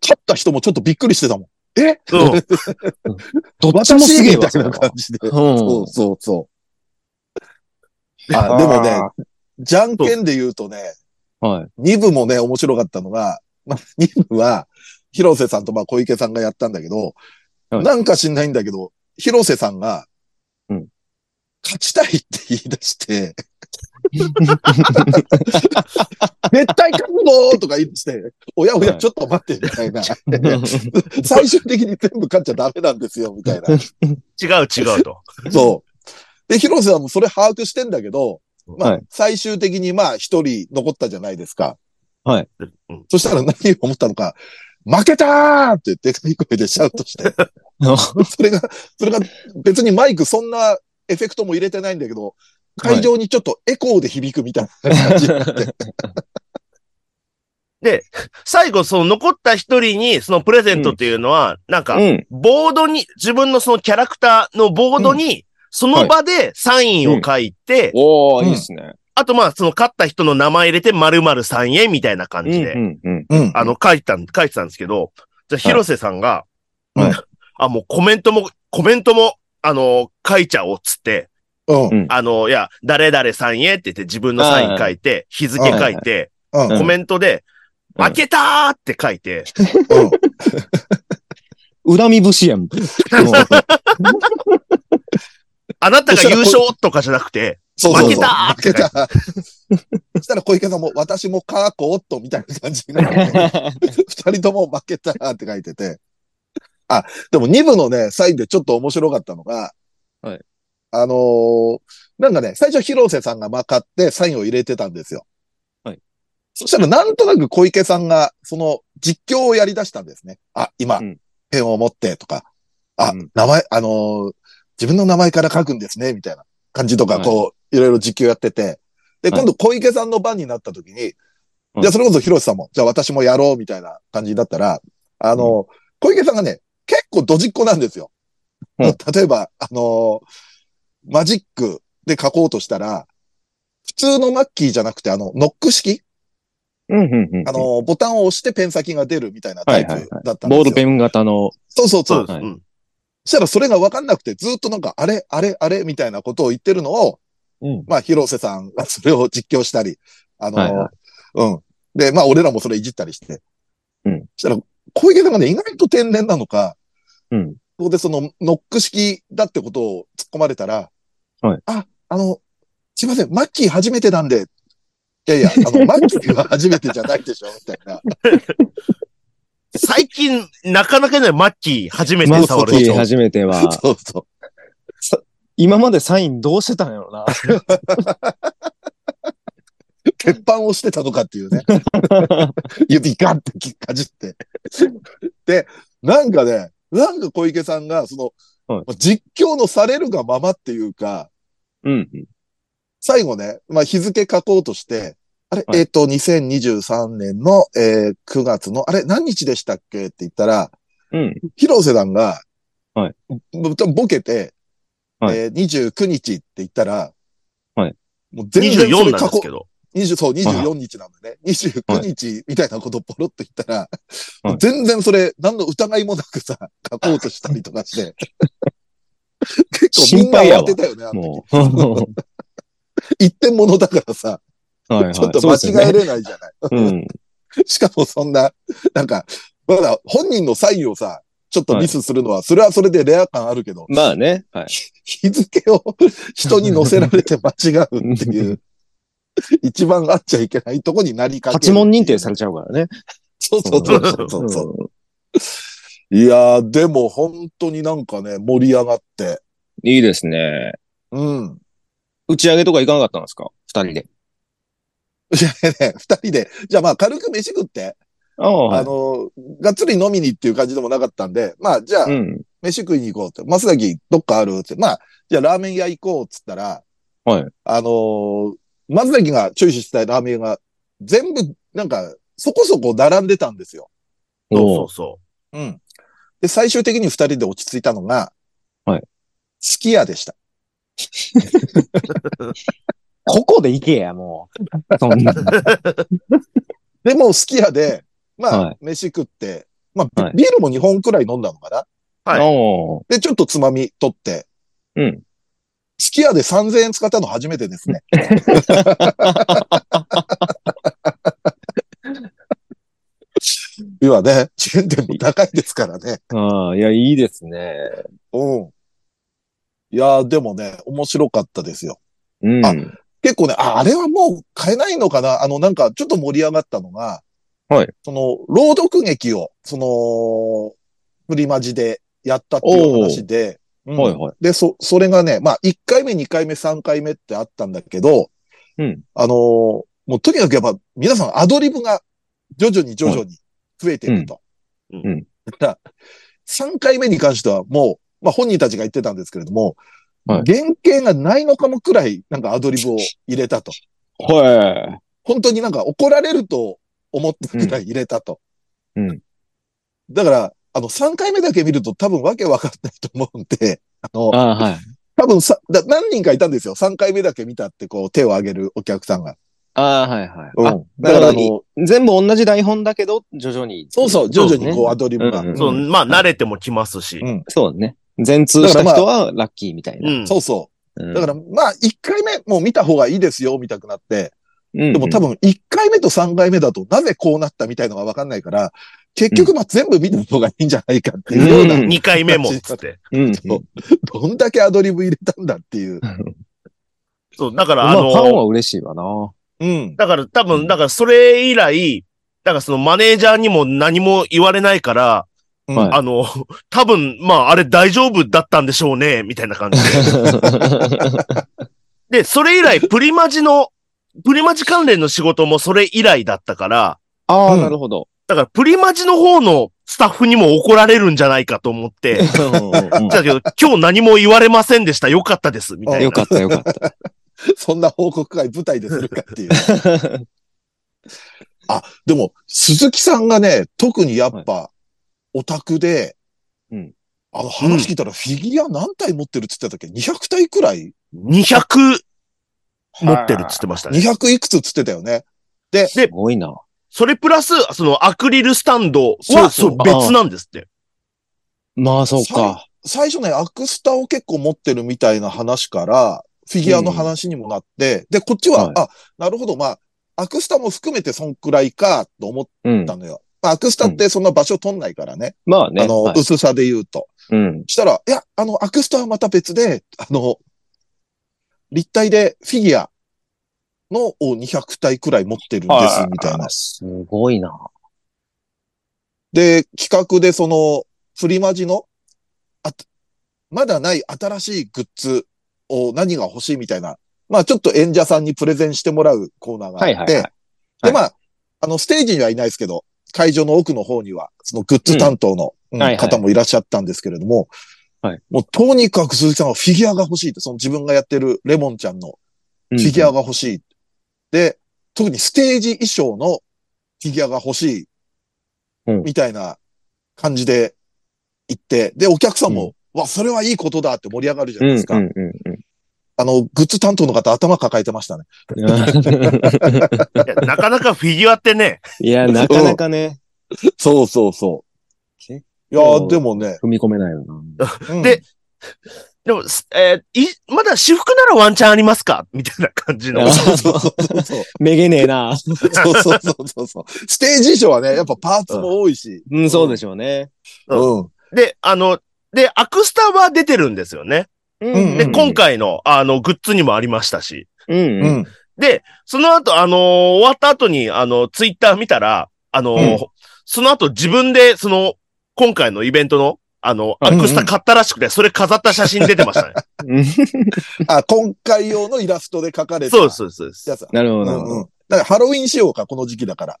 B: 勝った人もちょっとびっくりしてたもん。え
D: うん。
C: どっちも
B: 私
C: すげえ
B: み
C: わ、
B: た
C: そ
B: い
C: れ
B: な
C: は
B: 感じで。そううそうそう。あ、でもね、じゃんけんで言うとね、
C: ん。 はい。
B: 2部もね、面白かったのが、まあ、2部は、広瀬さんとまあ小池さんがやったんだけど、
C: はい
B: なんか知んないんだけど、広瀬さんが、
C: うん
B: 勝ちたいって言い出 して、絶対勝つぞーとか言い出して、おやおや、
C: はい
B: ちょっと待って、みたいな。最終的に全部勝っちゃダメなんですよ、みたい
D: 違
B: な。
D: う違 うと。
B: そう。で、広瀬さんもそれ把握してんだけど、まあ、
C: はい
B: 最終的にまあ一人残ったじゃないですか。
D: うん
B: そしたら何を思ったのか、負けたーってでかい声でシャウト して、それが、それが別にマイクそんなエフェクトも入れてないんだけど、会場にちょっとエコーで響くみたいな感じになって、
D: 最後、その残った1人に、そのプレゼントっていうのは、なんか、
C: うん。
D: ボードに、自分のそのキャラクターのボードに、その場でサインを書いて、
C: おー、いいっすね。
D: あとまあ、その勝った人の名前入れて、〇〇さんへ、みたいな感
C: う
D: じ
C: ん、
D: で。
C: うん、うん。
B: うん
D: あの、書いたん、書いてたんですけど、じゃあ広瀬さんが、
B: はい
D: うんあ、もうコメントも、コメントも、あの、書いちゃおうっつって、
B: うん、
C: うん
D: あの、いや、誰々さんへって言って自分のサイン書いて、日付書いて、
B: うん、うん
D: コメントで、
C: うん
D: 開けたーって書いて、
B: うん。
C: 恨み節やん。
D: あなたが優勝とかじゃなくて、
B: そうそうそう
D: 負けたー
B: 負けたーそしたら小池さんも、私もカーコおっと、みたいな感じになって、二人とも負けたーって書いてて。あ、でも二部のね、サインでちょっと面白かったのが、
C: はい
B: あのーなんかね、最初広瀬さんがまかってサインを入れてたんですよ。
C: はい。
B: そしたらなんとなく小池さんが、その実況をやり出したんですね。あ、今、
C: うん
B: ペンを持ってとか、あ、
C: うん
B: 名前、あのー自分の名前から書くんですね、みたいな感じとか、
C: はい
B: こう、いろいろ実況やってて。で、
C: はい
B: 今度小池さんの番になった時に、
C: うん
B: じゃあそれこそ広瀬さんも、じゃあ私もやろう、みたいな感じだったら、あのー小池さんがね、結構ドジっ子なんですよ。
C: うん
B: 例えば、あのーマジックで書こうとしたら、普通のマッキーじゃなくて、あの、ノック式
C: うん、うん、うん。
B: あのー、ボタンを押してペン先が出るみたいなタ
C: はい
B: イプ
C: はいはい
B: だったんですよ。
C: ボールペン型の、
B: そうそうそ
D: そ
B: う。
D: うです。
C: はい
D: うん
B: そしたらそれがわかんなくて、ずっとなんか、あれ、あれ、あれ、みたいなことを言ってるのを、
C: うん。
B: まあ、広瀬さんがそれを実況したり、あのー
C: はいは
B: うん。で、まあ、俺らもそれいじったりして。
C: うん。
B: そしたら、小池さんがね、意外と天然なのか、
C: うん。
B: そこでそのノック式だってことを突っ込まれたら、
C: はい
B: あ、あの、すいません、マッキー初めてなんで、いやいや、あ の、マッキーは初めてじゃないでしょ、みたいな。
D: 最近、なかなかね、マッキー初め
C: マ
D: て
C: ッ
D: 触る
C: キー
D: 人。
C: 初めては、
B: そうそ
C: 今までサインどうしてたんやろな。
B: う。鉄板をしてたのかっていうね。指ガンってきっかじって。で、なんかね、なんか小池さんが、その、
C: はい
B: 実況のされるがままっていうか、
C: うん。
B: 最後ね、まあ、日付書こうとして、あれ、
C: はい
B: えっ、と、2023年の、えー9月の、あれ、何日でしたっけって言ったら、
C: うん。
B: 広瀬さんが、
C: はい
B: ぼ。ボケて、
C: はい
B: えー29日って言ったら、
C: はい
B: もう全然そ
D: 24
B: れ
D: なん
B: 過
D: です
B: 去
D: け、ど。
B: 20そう、24日なんでね、29日みたいなことポロッと言ったら、もう全然それ、何の疑いもなくさ、書こうとしたりとか して、結構みん
C: 心
B: な
C: 配やわ
B: 慌てたよね、あの時。
C: もう。は
B: 一点物だからさ、
C: いはい。
B: ちょっと間違えれないじゃない。
C: そうですよね。
B: しかもそんな、なんか、まだ本人のサインをさ、ちょっとミスするのは、それはそれでレア感あるけど
C: う、ん。まあね。はい。
B: 日付を人に載せられて間違うって いう、一番あっちゃいけないとこになりかける。
C: 発問認定されちゃうからね。
B: そうそう そうそうそうそう。いやー、でも本当になんかね、盛り上がって。
C: うんいいですね。
B: うん。
C: 打ち上げとか行かなかったんですか二人で。
B: ね、二人で、じゃあまあ軽く飯食って、
C: ああ、は
B: あ
C: い。
B: の、がっつり飲みにっていう感じでもなかったんで、まあじゃあ、
C: うん。
B: 飯食いに行こうって。松崎どっかあるって。まあ、じゃあラーメン屋行こうっつったら、
C: はい。
B: あのー松崎がチョイスしたいラーメン屋が、全部、なんか、そこそこ並んでたんですよ。
D: そうそ
C: お
D: うそ
B: うん。で、最終的に二人で落ち着いたのが、
C: はい。
B: すき家でした。
C: ここで行けや、もう。そんな。
B: で、もうすき家で、まあ、
C: はい
B: 飯食って、まあ、
C: はい
B: ビビールも2本くらい飲んだのかな。
D: はい
C: おー
B: で、ちょっとつまみ取って。
C: うん。
B: すき家で3000円使ったの初めてですね。 今ね、チェーン店も高いですからね。
C: ああ、いや、いいですね。
B: うん。いやー、でもね、面白かったですよ。
C: うん。
B: あ結構ね、あ、あれはもう買えないのかなあの、なんか、ちょっと盛り上がったのが、
C: はい。
B: その、朗読劇を、その、プリマジでやったっていう話で、うん
C: はいはい。
B: で、そ、それがね、まあ、1回目、2回目、3回目ってあったんだけど、
C: うん。
B: あのーもうとにかくやっぱ、皆さんアドリブが徐々に徐々に増えていると。
D: うん
C: うん
B: だから3回目に関してはもう、まあ、本人たちが言ってたんですけれども、
C: はい
B: 原型がないのかもくらい、なんかアドリブを入れたと。
C: は
B: 本当になんか怒られると思ったくらい入れたと。
C: うんうん
B: だから、あの、3回目だけ見ると多分わけわかんないと思うんで、あの
C: い。、ああ、はい。
B: 多分さ、だ何人かいたんですよ。3回目だけ見たってこう手を挙げるお客さんが。
C: ああ、はいはい。
B: う
C: あ
B: ん。だからあ
C: なるほ
B: の、
C: 全部同じ台本だけど、徐々に。
B: そうそう、徐々にこう
C: ね
B: アドリブが。
C: うんうん
D: う。そう、まあ、慣れてもきますし。
B: うん
C: そうね。全通した人はラッキーみたいうな。
D: ん。
B: そうそ
C: うん
B: う。だから、まあ、1回目もう見た方がいいですよ、見たくなって。
C: で
B: でも多分1回目と3回目だとなぜこうなったみたいのがわかんないから、結局まあ全部見た方がいいんじゃないかっていうような、
C: うん
D: 2回目も、つって。
C: うん。うん
B: そうどんだけアドリブ入れたんだっていう。
D: そう、だから、
C: ま
D: あ
C: あ、フ
D: の、
C: ァンは嬉しいわな。
B: うん。
D: だから多分、だからそれ以来、だからそのマネージャーにも何も言われないから、
B: うん
C: はい
D: あの、多分、まあ、あれ大丈夫だったんでしょうね、みたいな感じで。で、それ以来、プリマジの、プリマジ関連の仕事もそれ以来だったから、
C: ああ、
B: うん
C: なるほど。
D: だから、プリマジの方のスタッフにも怒られるんじゃないかと思って、
C: う
D: だけど、今日何も言われませんでした。よかったです。みたい
C: ん
D: な。
C: よかったよかった。
B: そんな報告会舞台でするかっていう。 あ、でも、鈴木さんがね、特にやっぱ、オタクで、
C: うん
B: あの話聞いたら、フィギュア何体持ってるって言ってたっけ ?200 体くらい
D: 200持ってるっつってましたね。
B: ?200 いくつって言ってたよね。
C: すごいな。
D: それプラス、そのアクリルスタンドは、
C: そ
D: そうう
C: そう
D: 別なんですって。
C: まあ、そうか。
B: 最初ね、アクスタを結構持ってるみたいな話から、フィギュアの話にもなって、で、こっちは、
C: はい
B: あ、なるほど、まあ、アクスタも含めてそんくらいか、と思っ
C: うん
B: た。のよ。まあ、アクスタってそんな場所取んないからね。
C: まあね。
B: あの、
C: はい
B: 薄さで言うと。
C: うん。
B: したら、いや、あの、アクスタはまた別で、あの、立体でフィギュアのを200体くらい持ってるんです、みたいな
C: あ。すごいな。
B: で、企画でその、プリマジの、あとまだない新しいグッズを何が欲しいみたいな、まあちょっと演者さんにプレゼンしてもらうコーナーがあって、
C: はいはいはい。
B: で、まあ、あの、ステージにはいないですけど、会場の奥の方には、そのグッズ担当の、うん
C: はいはい
B: 方もいらっしゃったんですけれども、
C: はい
B: もうとにかく鈴木さんはフィギュアが欲しいって、その自分がやってるレモンちゃんの
C: フ
B: フィギュアが欲しい。で、特にステージ衣装のフィギュアが欲しい。
C: うん
B: みたいな感じで行って、で、お客さんも、わ、それはいいことだって盛り上がるじゃ
C: う
B: ない
C: んう
B: ですか。
C: んうんうん。
B: あの、グッズ担当の方頭抱えてましたね。
D: いやなかなかフィギュアってね、
C: い や、なかなかね、
B: そうそうそう。い
C: 結
B: やー、でもね。
C: 踏み込めないよな。
B: うん
D: ででも、すえーいまだ私服ならワンチャンありますかみたいな感じの。
B: そうそうそうそう。
C: めげねえな。
B: そうそうそうそうそう。ステージ衣装はね、やっぱパーツも多いし。
C: うん、そうでしょうね。
D: う
B: うん。
D: で、あの、で、アクスタは出てるんですよね。
B: ん
D: で、今回の、あの、グッズにもありましたし。
C: うん
B: う
C: うん。
B: ん。
D: で、その後、あのー終わった後に、あの、ツイッター見たら、あのー
B: う
D: その後自分で、その、今回のイベントの、あの、
C: うん
D: ア
B: うん
D: クスタ買ったらしくて、それ飾った写真出てましたね。
C: うん
B: あ、今回用のイラストで描かれた
D: そうで
B: や
D: す、
B: つ。
D: そうですそうです。
C: なるほど、
B: う
C: なる
B: ん
C: ほ
B: うん。だからハロウィン仕様か、この時期だから。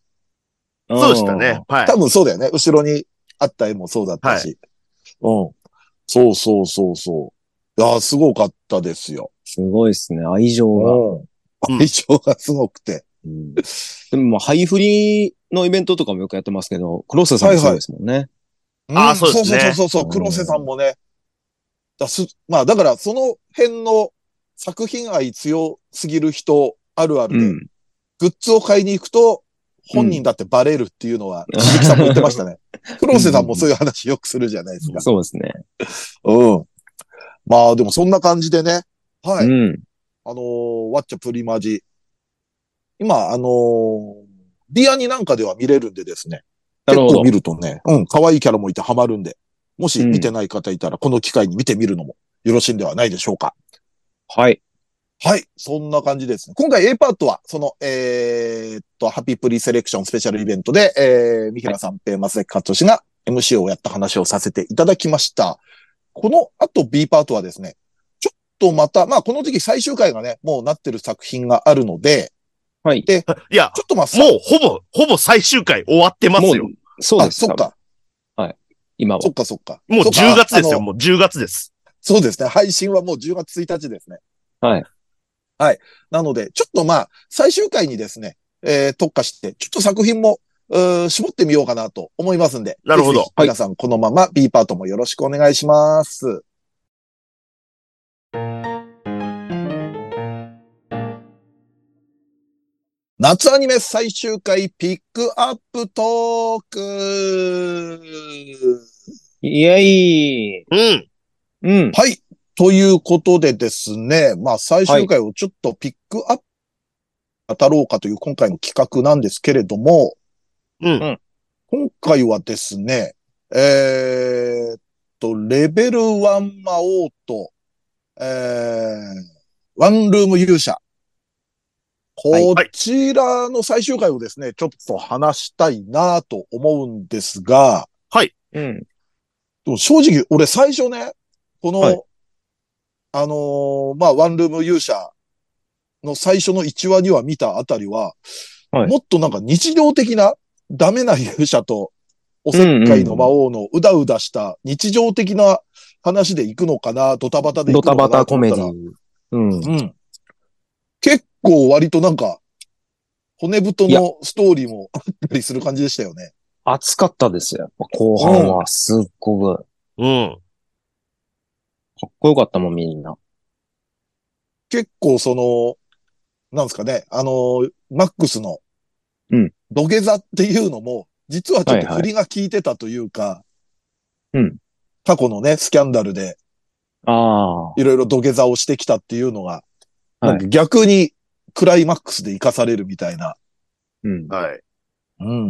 C: ど。
D: そうでしたね。はい
B: 多。分そうだよね。後ろにあった絵もそうだったし。うん。そうそうそうそう。いやー、すごかったですよ。
C: すごいですね、愛情が。
B: うん。愛情がすごくて。
C: うんでもまあ、ハイフリのイベントとかもよくやってますけど、クロスさんもそうですもんね。
D: あー
B: ん
D: そうですね
B: そうそうそうそう、黒瀬さんもね。だすまあ、だから、その辺の作品愛強すぎる人あるあるで、
C: うん。
B: グッズを買いに行くと、本人だってバレるっていうのは、鈴木さんも言ってましたね。黒瀬さんもそういう話よくするじゃないですか。
C: そうですね。
B: うん。まあ、でもそんな感じでね。はい。
C: うん。
B: あのーワッチャプリマジ。今、あのーディアニなんかでは見れるんでですね。
C: なるほ
B: 結
C: ど
B: 構見。るとね、うん、可愛いキャラもいてハマるんで、もし見てない方いたら、この機会に見てみるのもよろしいんではないでしょうか。
C: はい。
B: はい。そんな感じですね。今回 A パートは、その、えーっと、ハピプリセレクションスペシャルイベントで、えー、三平三平、松崎勝利が MC をやった話をさせていただきました。この後 B パートはですね、ちょっとまた、まあこの時期最終回がね、もうなってる作品があるので、
C: はい。
D: いや
B: ち、ょっとまあ、
D: もうほぼ、ほぼ最終回終わってますよ。
C: もうそう
B: あ、
C: です。
B: そっか、
C: 今は。
B: そっかそっか。
D: もう
B: そっか
D: 10月です
B: あの
D: よ。もう10月です。
B: そうですね。配信はもう10月1日ですね。
C: はい。
B: はい。なので、ちょっとまあ、最終回にですね、えー、特化して、ちょっと作品も、うー絞ってみようかなと思いますんで。
D: なるほど
B: ぜひぜひ皆さん、このまま B パートもよろしくお願いします。夏アニメ最終回ピックアップトーク
C: イエイ
D: うん。
C: うん。
B: はい。ということでですね、まあ最終回をちょっとピックアップ、当たろうかという今回の企画なんですけれども、
D: うん。
B: 今回はですね、えーっと、レベル1魔王と、えー、ワンルーム勇者。こちらの最終回をですね、ちょっと話したいなと思うんですが、
C: うん。
B: でも正直、俺最初ね、この、
C: はい
B: あのーまあ、ワンルーム勇者の最初の1話には見たあたりは、
C: はい
B: もっとなんか日常的なダメな勇者とおせっかいの魔王のうだうだした日常的な話で行くのかな、ドタバタで行
C: ド
B: くのかな
C: タバ
B: と
C: タコ
B: 思っ
C: メ
B: た
C: デ
B: ら。
C: ィ。うん。
B: うん。結構割となんか、骨太
C: いや
B: のストーリーもあったりする感じでしたよね。
C: 暑かったですよ。やっぱ後半はすっごくか
D: うん。
C: っこよかったもん、みんな。
B: 結構その、なんですかね、あの、マックスの
C: うん、
B: 土下座っていうのも、実はちょっ
C: はい
B: と
C: はい
B: 振りが効いてたというか、
C: うん
B: 過去のね、スキャンダルで
C: あ
B: いろいろ土下座をしてきたっていうのが、
C: あ。は
B: なん
C: い。
B: か逆にクライマックスで活かされるみたいな。
C: うん。
D: はい。
B: うん。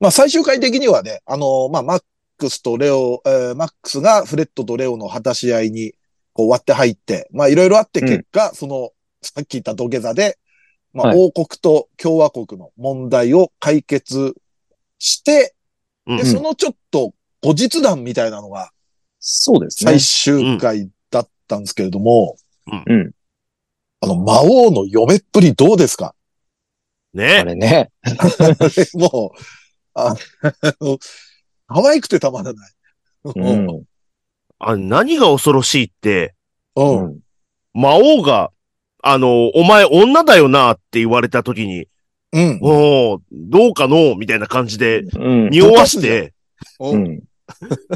B: まあ最終回的にはね、あの、まあマックスとレオ、えーマックスがフレッドとレオの果たし合いにこう割って入って、まあいろいろあって結果、その、さっき言った土下座で、まあ
C: はい
B: 王国と共和国の問題を解決して、
D: うん
B: で、そのちょっと後日談みたいなのが
C: そうですね
B: 最。終回だったんですけれども、
D: うん
C: うん
B: あの、魔王の嫁っぷりどうですか
C: あ
D: ね。
C: れね。
B: もう、あ の、可愛くてたまらない。
C: うん。
D: あ何が恐ろしいって、
B: うん。
C: うん
D: 魔王が、あの、お前女だよなって言われた時に、
B: うん。
D: おーどうかのうみたいな感じで、
C: うん。
D: 匂わして、
C: うん。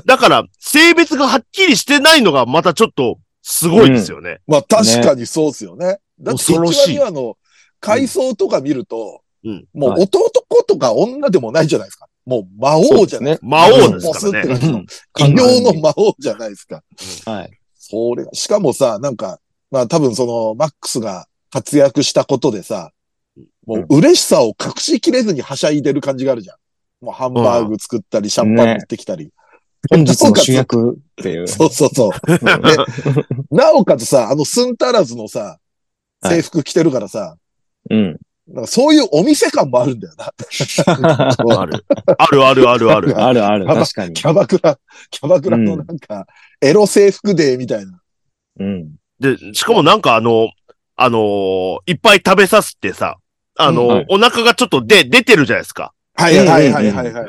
D: だから、性別がはっきりしてないのがまたちょっと、すごいですよね。
B: まあ確かにそうですよね。だって1
D: 恐ろしい
B: 話2話の回想とか見ると、
D: うん
B: もう
C: はい
B: 弟とか女でもないじゃないですか。もう魔王じゃない。
D: 魔王です
B: ボスっ
D: から
B: て
D: ね。
B: 感じの。異
C: 完全に
B: 形の魔王じゃないですか。
C: はい。
B: それが、しかもさ、なんか、まあ多分その、マックスが活躍したことでさ、もう嬉しさを隠しきれずにはしゃいでる感じがあるじゃん。もうハンバーグ作ったり、シャンパン持ってきたり。
C: 本日の主役っていう。
B: そうそうそう。なおかつさ、あの寸足らずのさ、
C: はい
B: 制服着てるからさ、
C: うん。
B: なんかそういうお店感もあるんだよな。
C: あ
D: ある。あるあるあるある。
C: るある、確かに
B: キ。ャバクラ、キャバクラのなんか、エロ制服デーみたいな。
C: うん。
D: で、しかもなんかあの、あのーいっぱい食べさせてさ、あのー
C: うんはい
D: お腹がちょっとで、出てるじゃないですか。
B: はいはいはいはいはい。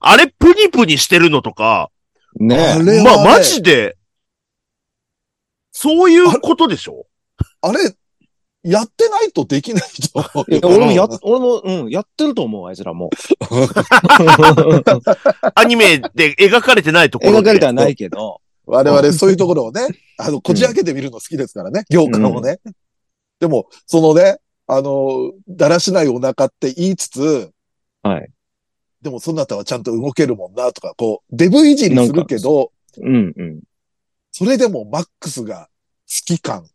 D: あれ、プニプニしてるのとか、
B: あ
C: ね
B: れは、ね、
D: まあ、マジで、そういうことでし ょ
B: あれ、やってないとできないと思う
C: え。
B: よ。
C: 俺 もや、俺も、うん、やってると思う、あいつら も。
D: アニメで描かれてないところ
C: 描か
D: で
C: れて。はないけど。
B: 我々そういうところを ね、あの、こじ開けてみるの好きですからね、業界をね。でも、そのね、あの、だらしないお腹って言いつつ、
C: はい。
B: でもそのたはちゃんと動けるもんなとか、こう、デブいじりするけど、
C: うん、うん。
B: それでもマックスが好き感。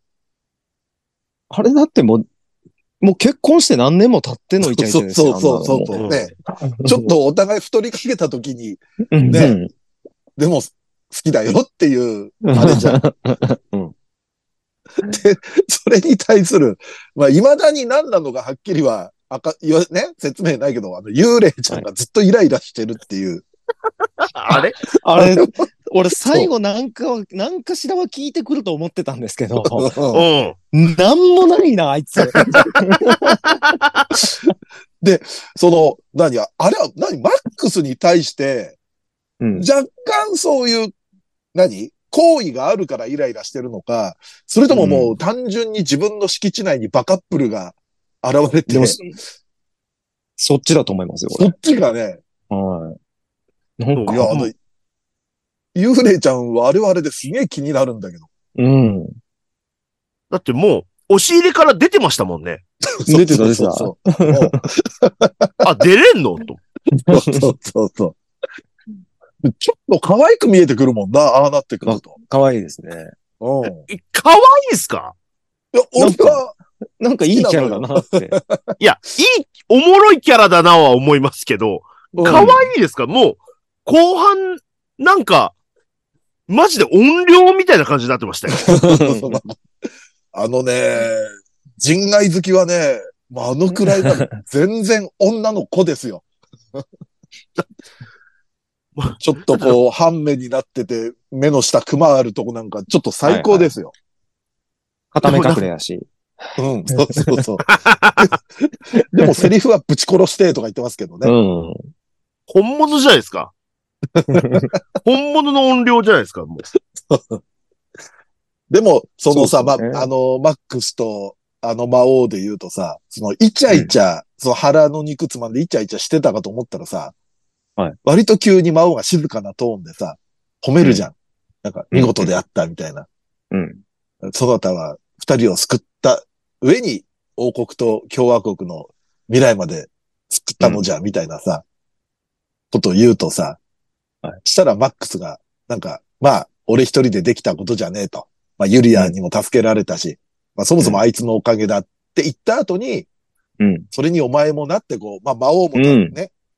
C: あれだってもう、もう結婚して何年も経ってのイチャイ
B: そ
C: チャ
B: う
C: ですよ
B: そうそうそうそうう。
D: ん
B: ね。ちょっとお互い太りかけた時に、
C: と、ね。
B: でも好きだよっていう、あれじゃん。
C: うん
B: それに対する、まあ、未だに何なのかはっきりは、あか、言わ、ね、説明ないけど、あの、幽霊ちゃんがずっとイライラしてるっていう。
D: あれ
C: あ れ、俺最後なんかは、なんかしらは聞いてくると思ってたんですけど、
B: うん
D: うん。
C: なんもないな、あいつ。
B: その、何や、あれは、何、マックスに対して、
C: うん
B: 若干そういう、何行為があるからイライラしてるのか、それとももう単純に自分の敷地内にバカップルが現れて、
C: でも、
B: そ
C: そっちだと思いますよ、
B: っちがね、
C: 俺。はい。なん
B: いや、あ
C: か、
B: の、幽霊ちゃんはあれはあれですげえ気になるんだけど。
C: うん。
D: だってもう、押し入れから出てましたもんね。
C: 出て
B: そ
C: た
B: う
C: 出てた
B: そうそうもう
D: あ、出れんのと。
B: そうそうそうそう。ちょっと可愛く見えてくるもんな、ああなってくると。
C: 可愛いですね。
B: うん。
D: え可愛いっすか
B: いや、俺は、
C: なんかいいキャラだなって。
D: いや、いい、おもろいキャラだなは思いますけど、可愛いですかもう、後半、なんか、マジで音量みたいな感じになってましたよ。
B: うんあのね、人外好きはね、まあ、あ のくらいなら全然女の子ですよ。ちょっとこう、半目になってて、目の下熊あるとこなんか、ちょっと最高ですよ。
C: 片目隠れや し。
B: うん、そうそうそう。でもセリフはぶち殺してとか言ってますけど
C: う
B: ね。
C: ん。
D: 本物じゃないですか。本物の音量じゃないですか、もう。
B: でも、そのさ、
C: そうですね
B: ま、あの、マックスと、あの魔王で言うとさ、その、イチャイチャ、その腹の肉つまんでイチャイチャしてたかと思ったらさ、
C: はい
B: 割と急に魔王が静かなトーンでさ、褒めるじゃん。なんか、見事であったみたいな。
C: うん。
B: その他は二人を救った上に王国と共和国の未来まで救ったのじゃ、みたいなさ、ことを言うとさ、
C: はい
B: したらマックスが、なんか、まあ、俺一人でできたことじゃねえと。まあ、ユリアにも助けられたし、まあ、そもそもあいつのおかげだって言った後に、
C: うん。
B: それにお前もなってこう、まあ、魔王もね、
C: うん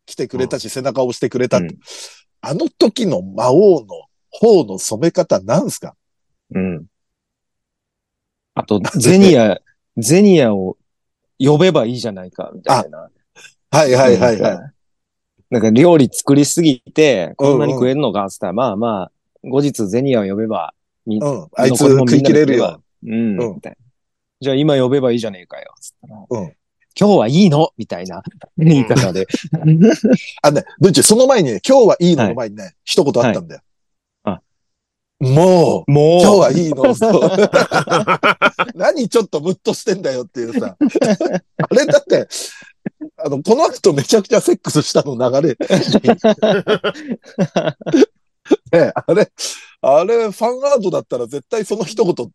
B: 来てくれたし、背中を押してくれたって、
C: うん
B: あの時の魔王の方の染め方なんすか
C: うん。あ と、ゼニア、ゼニアを呼べばいいじゃないか、みたいな。
B: はいはいはいはい
C: なん。かなんか料理作りすぎて、こんなに食えるのか、つったら、まあまあ、後日ゼニアを呼べば、み
B: うん。あいつ
C: 残りも
B: 食
C: み
B: い
C: んな
B: 切
C: で
B: れるよ。
C: うん、
B: うん
C: みたいな。じゃあ今呼べばいいじゃねえかよ、つったら。
B: うん
C: 今日はいいのみたいな言い方で。
B: あ、ね、どっちその前にね、今日はいいのの前にね、一言あったんだよ。
C: はい
B: もう、
C: もう、
B: 今日はいいの。 そう何ちょっとムッとしてんだよっていう さ。あれだって、あの、この後めちゃくちゃセックスしたの流 れ。ね、あれ、あれ、ファンアートだったら絶対その一言、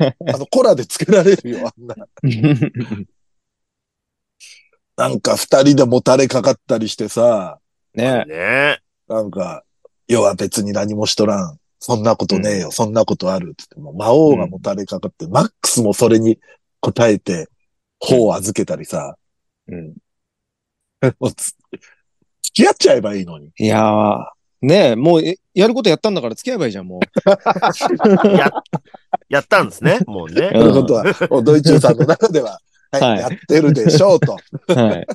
B: あの、コラでつけられるよ、あんな。なんか二人でもたれかかったりしてさ。
C: ね
D: ねえ。
B: なんか、要は別に何もしとらん。そんなことねえよ、そんなことある。つってもう魔王がもたれかかって、マックスもそれに答えて、法を預けたりさ、
C: うん
B: もうつ付き合っちゃえばいいのに。
C: いやー、ねえ、もう、えやることやったんだから付き合えばいいじゃん、も
D: や、やったんですね、もうね
B: と。いうことは、もうドイツさんの中では、はい、
C: はい
B: やってるでしょうと。
C: う。はい。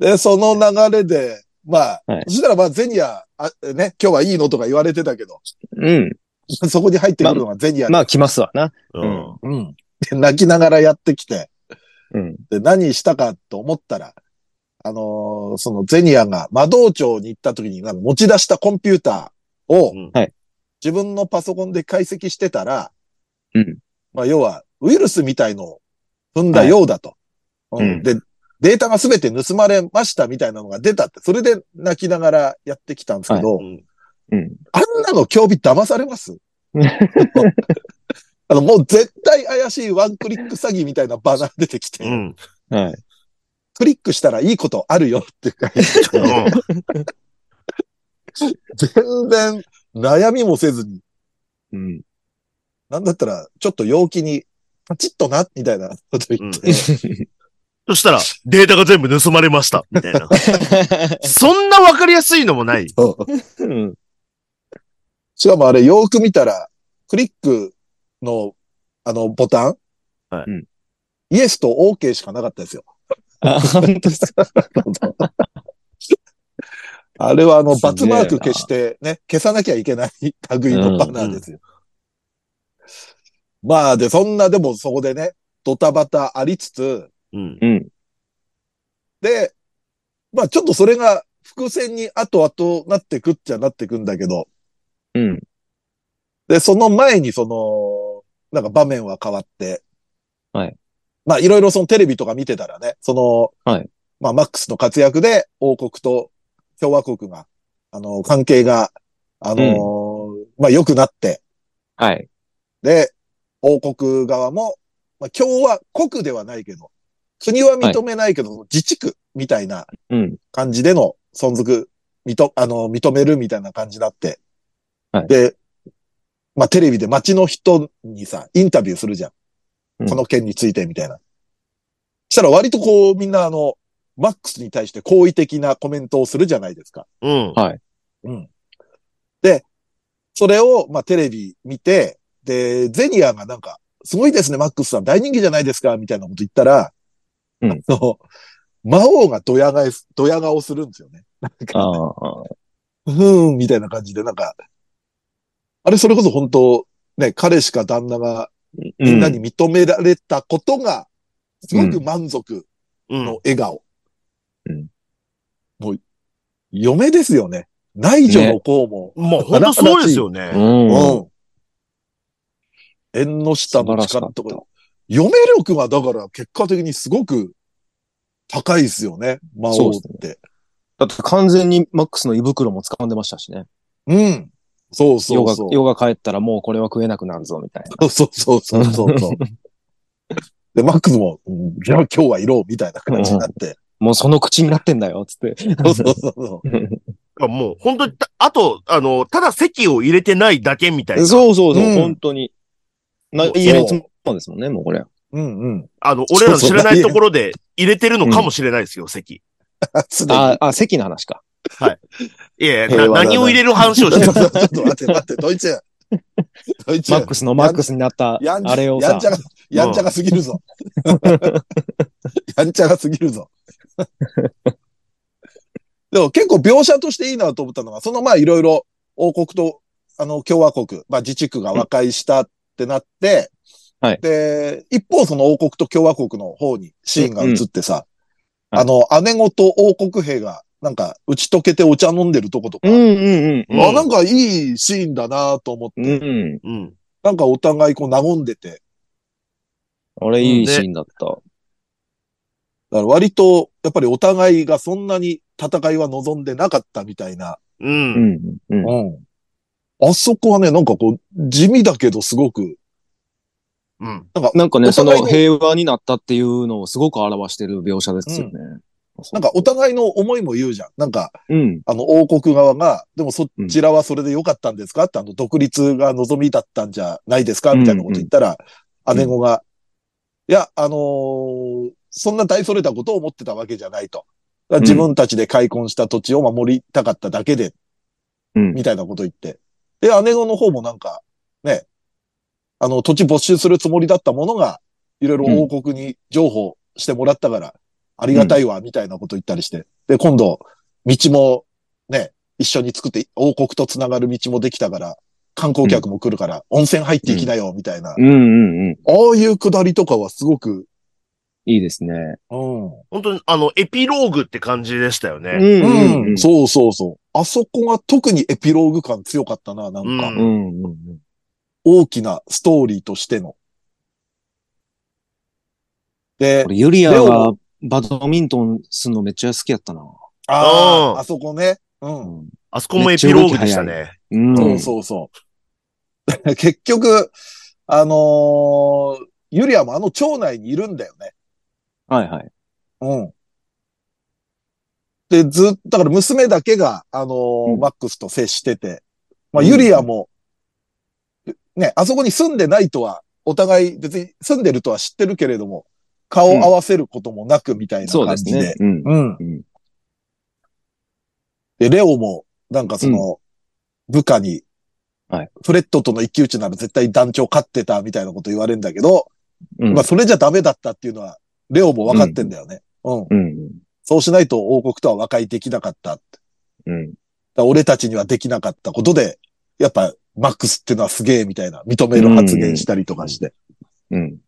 B: で、その流れで、まあ、
C: はい
B: そしたらまあ、ゼニア、あね、今日はいいのとか言われてたけど、
C: うん。
B: そこに入ってくるのがゼニアで、
C: まあ来ますわな。
D: うん。
B: うん。で泣きながらやってきて、
C: うん。
B: で、何したかと思ったら、あのーそのゼニアが魔道庁に行った時になんか持ち出したコンピューターを
D: うん
C: はい、
B: 自分のパソコンで解析してたら、
C: うん
B: まあ、要は、ウイルスみたいのを踏んだようだと。う
C: い
B: ん
C: うん
B: で、データが全て盗まれましたみたいなのが出たって、それで泣きながらやってきたんですけど、
D: うん
C: うん。
B: あんなの興味騙されます あの、もう絶対怪しいワンクリック詐欺みたいなバナー出てきて、
D: うん。
C: はい。
B: クリックしたらいいことあるよって書いて
D: うん
B: 全然悩みもせずに、
C: うん。
B: なんだったらちょっと陽気にパチッとな、みたいなこと言って、
D: そしたら、データが全部盗まれました、みたいな。そんなわかりやすいのもない。
B: そう
C: うん。
B: しかもあれよく見たら、クリックのあのボタン、
D: はい
C: うん
B: イエスと OK しかなかったですよ。
C: あ、本当ですか。
B: あれはあの、
C: すげえな
B: 罰マーク消してね、消さなきゃいけない類のバナーですよ。まあで、そんなでもそこでね、ドタバタありつつ、
D: うん。
C: うん。
B: で、まあちょっとそれが伏線に後々なってくっちゃなってくんだけど、
C: うん。
B: で、その前にその、なんか場面は変わって、
C: はい。
B: まあいろいろそのテレビとか見てたらね、その、
C: はい。
B: まあマックスの活躍で王国と共和国が、あの、関係が、あのーまあ良くなって、
C: はい。
B: で、王国側も、まあ共和国ではないけど、国は認めないけど、自治区みたいな
C: うん。
B: 感じでの存続、認、あの、認めるみたいな感じになって。
C: はい
B: で、まあ、テレビで街の人にさ、インタビューするじゃん。
C: うん
B: この件についてみたいな。したら割とこう、みんなあの、マックスに対して好意的なコメントをするじゃないですか。
D: うん。
B: うん。で、それを、まあ、テレビ見て、で、ゼニアがなんか、すごいですね、マックスさん、大人気じゃないですか、みたいなこと言ったら、
C: うん
B: あの、魔王がドヤ顔す、ドヤ顔するんですよね。
C: ああ。
B: ふーん、みたいな感じで、なんか、あれ、それこそ本当、ね、彼しか旦那がみんなに認められたことが、すごく満足
D: うん
B: の。笑顔。
C: うん
B: もう、嫁ですよね。内女の子も、
D: もう本当そうですよ
C: う
D: ね。
C: ん。うん。
B: うん。縁の下の
C: 素晴
B: 力
C: らしか
B: と
C: った
B: か、嫁力がだから結果的にすごく高いですよね。魔王って。
C: だって完全にマックスの胃袋も掴んでましたしね。
B: うん。そうそうそう。
C: ヨガ、ヨガ帰ったらもうこれは食えなくなるぞ、みたいな。
B: そうそうそうそう そう。で、マックスも、うんじゃあ今日はいろう、みたいな感じになって。
C: もうその口になってんだよ、つって。
B: そうそうそ
D: もう本当にた、あと、あの、ただ席を入れてないだけみたいな。
C: そうそうそう、
B: うん
C: 本当に。な、
D: そう
C: いいやつもですもんね、もうこれ。
B: う。うんうん。
D: あの、俺らの知らないところで入れてるのかもしれないですよ、席。
B: あ、すでに。
C: あ、あ、席の話か。
D: いやいや、
B: 平
D: な
B: 和だな
D: 何を入れる話を
B: ちょ
D: し
B: ってと
D: る。
B: 待って、待って、待って、ドイツ。ドイツ
C: マ。ックスのマックスになった、
B: やん
C: あれを
B: や
C: さ
B: んち、ゃが、やんちゃがすぎる ぞ。やんちゃがすぎるぞ。でも結構描写としていいなと思ったのが、そのまあいろいろ王国と、あの、共和国、まあ自治区が和解したってなって、
C: はい
B: で、一方その王国と共和国の方にシーンが映ってさ、
C: うん
B: あの、姉御と王国兵がなんか打ち解けてお茶飲んでるとことか、
C: うんうんうん。
B: あ、なんかいいシーンだなと思って、
C: うん。
D: うん。
B: なんかお互いこう和んでて、
C: あれいいシーンだった。
B: だから割と、やっぱりお互いがそんなに戦いは望んでなかったみたいな。
D: う。
C: うんん。うん。
B: うん。あそこはね、なんかこう、地味だけどすごく、
D: うん。
C: なんか
B: お
C: ね、そ
B: 互い
C: の
B: の
C: 平和になったっていうのをすごく表してる描写ですよね。
B: なんかお互いの思いも言うじゃん。なんか、
C: うん。
B: あの、王国側が、でもそちらはそれで良かったんですかって、あの、独立が望みだったんじゃないですかみたいなこと言ったら、
C: うんうん
B: 姉子が、いや、あのーそんな大それたことを思ってたわけじゃないと。だから自分たちで開墾した土地を守りたかっただけで、
C: う ん。
B: みたいなこと言って。で、姉子の方もなんか、ね、あの、土地没収するつもりだったものが、いろいろ王国に譲歩してもらったから、ありがたいわ、みたいなこと言ったりして。で、今度、道も、ね、一緒に作って、王国とつながる道もできたから、観光客も来るから、温泉入っていきなよ、みたいな。
C: うんうんうん。
B: ああいうくだりとかはすごく、
C: いいですね。
B: うん。
D: 本当に、あの、エピローグって感じでしたよ
C: う
D: ね。
C: ん
B: う
C: うん
B: ん。そうそうそう。あそこが特にエピローグ感強かったな、なんか。
D: うん
C: うんうんうん。
B: 大きなストーリーとしての。で
C: 俺、、ユリアがバドミントンするのめっちゃ好きやったな。
B: あ
D: うん
B: あ、あそこね。う。
C: うんん。
D: あそこもエピローグでしたね。
C: うん。
B: そうそうそう。 結局、あのーユリアもあの町内にいるんだよね。
C: はいはい。
B: うん。で、ずっと、だから娘だけが、あのー
C: うん
B: マックスと接してて、まあ、
C: うん
B: ユリアも、ね、あそこに住んでないとは、お互い別に住んでるとは知ってるけれども、顔を合わせることもなくみたいな
C: そう
B: 感
C: です
B: じで
C: ね。。うん。
B: うん
C: うん。
B: で、レオも、なんかその、部下に、
C: はい
B: フレットとの一騎打ちなら絶対団長勝ってたみたいなこと言われるんだけど、
C: うん
B: まあそれじゃダメだったっていうのは、レオも分かってんだよね。うん。
C: うん。
B: そうしないと王国とは和解できなかったって。
C: うん。
B: だから俺たちにはできなかったことで、やっぱ、マックスっていうのはすげえみたいな、認める発言したりとかして。
C: うん。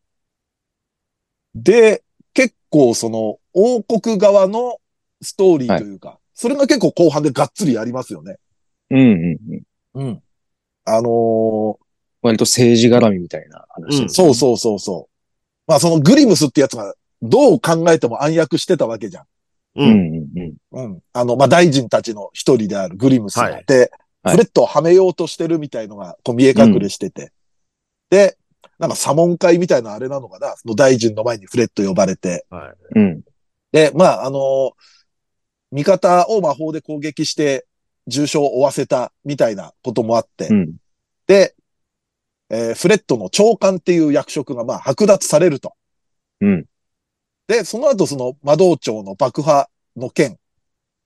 B: で、結構その、王国側のストーリーというか、それが結構後半でがっつりやりますよね。
C: うんうんうん。
B: うん。あのー、
C: 割と政治絡みみたいな話です。
B: そうそうそうそう。まあそのグリムスってやつがどう考えても暗躍してたわけじゃん。
D: う。
C: うんんうんうん。
B: うん。あの、まあ大臣たちの一人であるグリムスが
D: はい
B: いて、
C: はい
B: フレットをはめようとしてるみたいのがこう見え隠れしてて。で、なんか左門会みたいなあれなのかなその大臣の前にフレット呼ばれて。
D: はい。
C: うん。
B: で、まああのー味方を魔法で攻撃して重傷を負わせたみたいなこともあって。
C: うん。
B: で、えーフレットの長官っていう役職がまあ剥奪されると。
C: うん。
B: で、その後その魔道庁の爆破の件。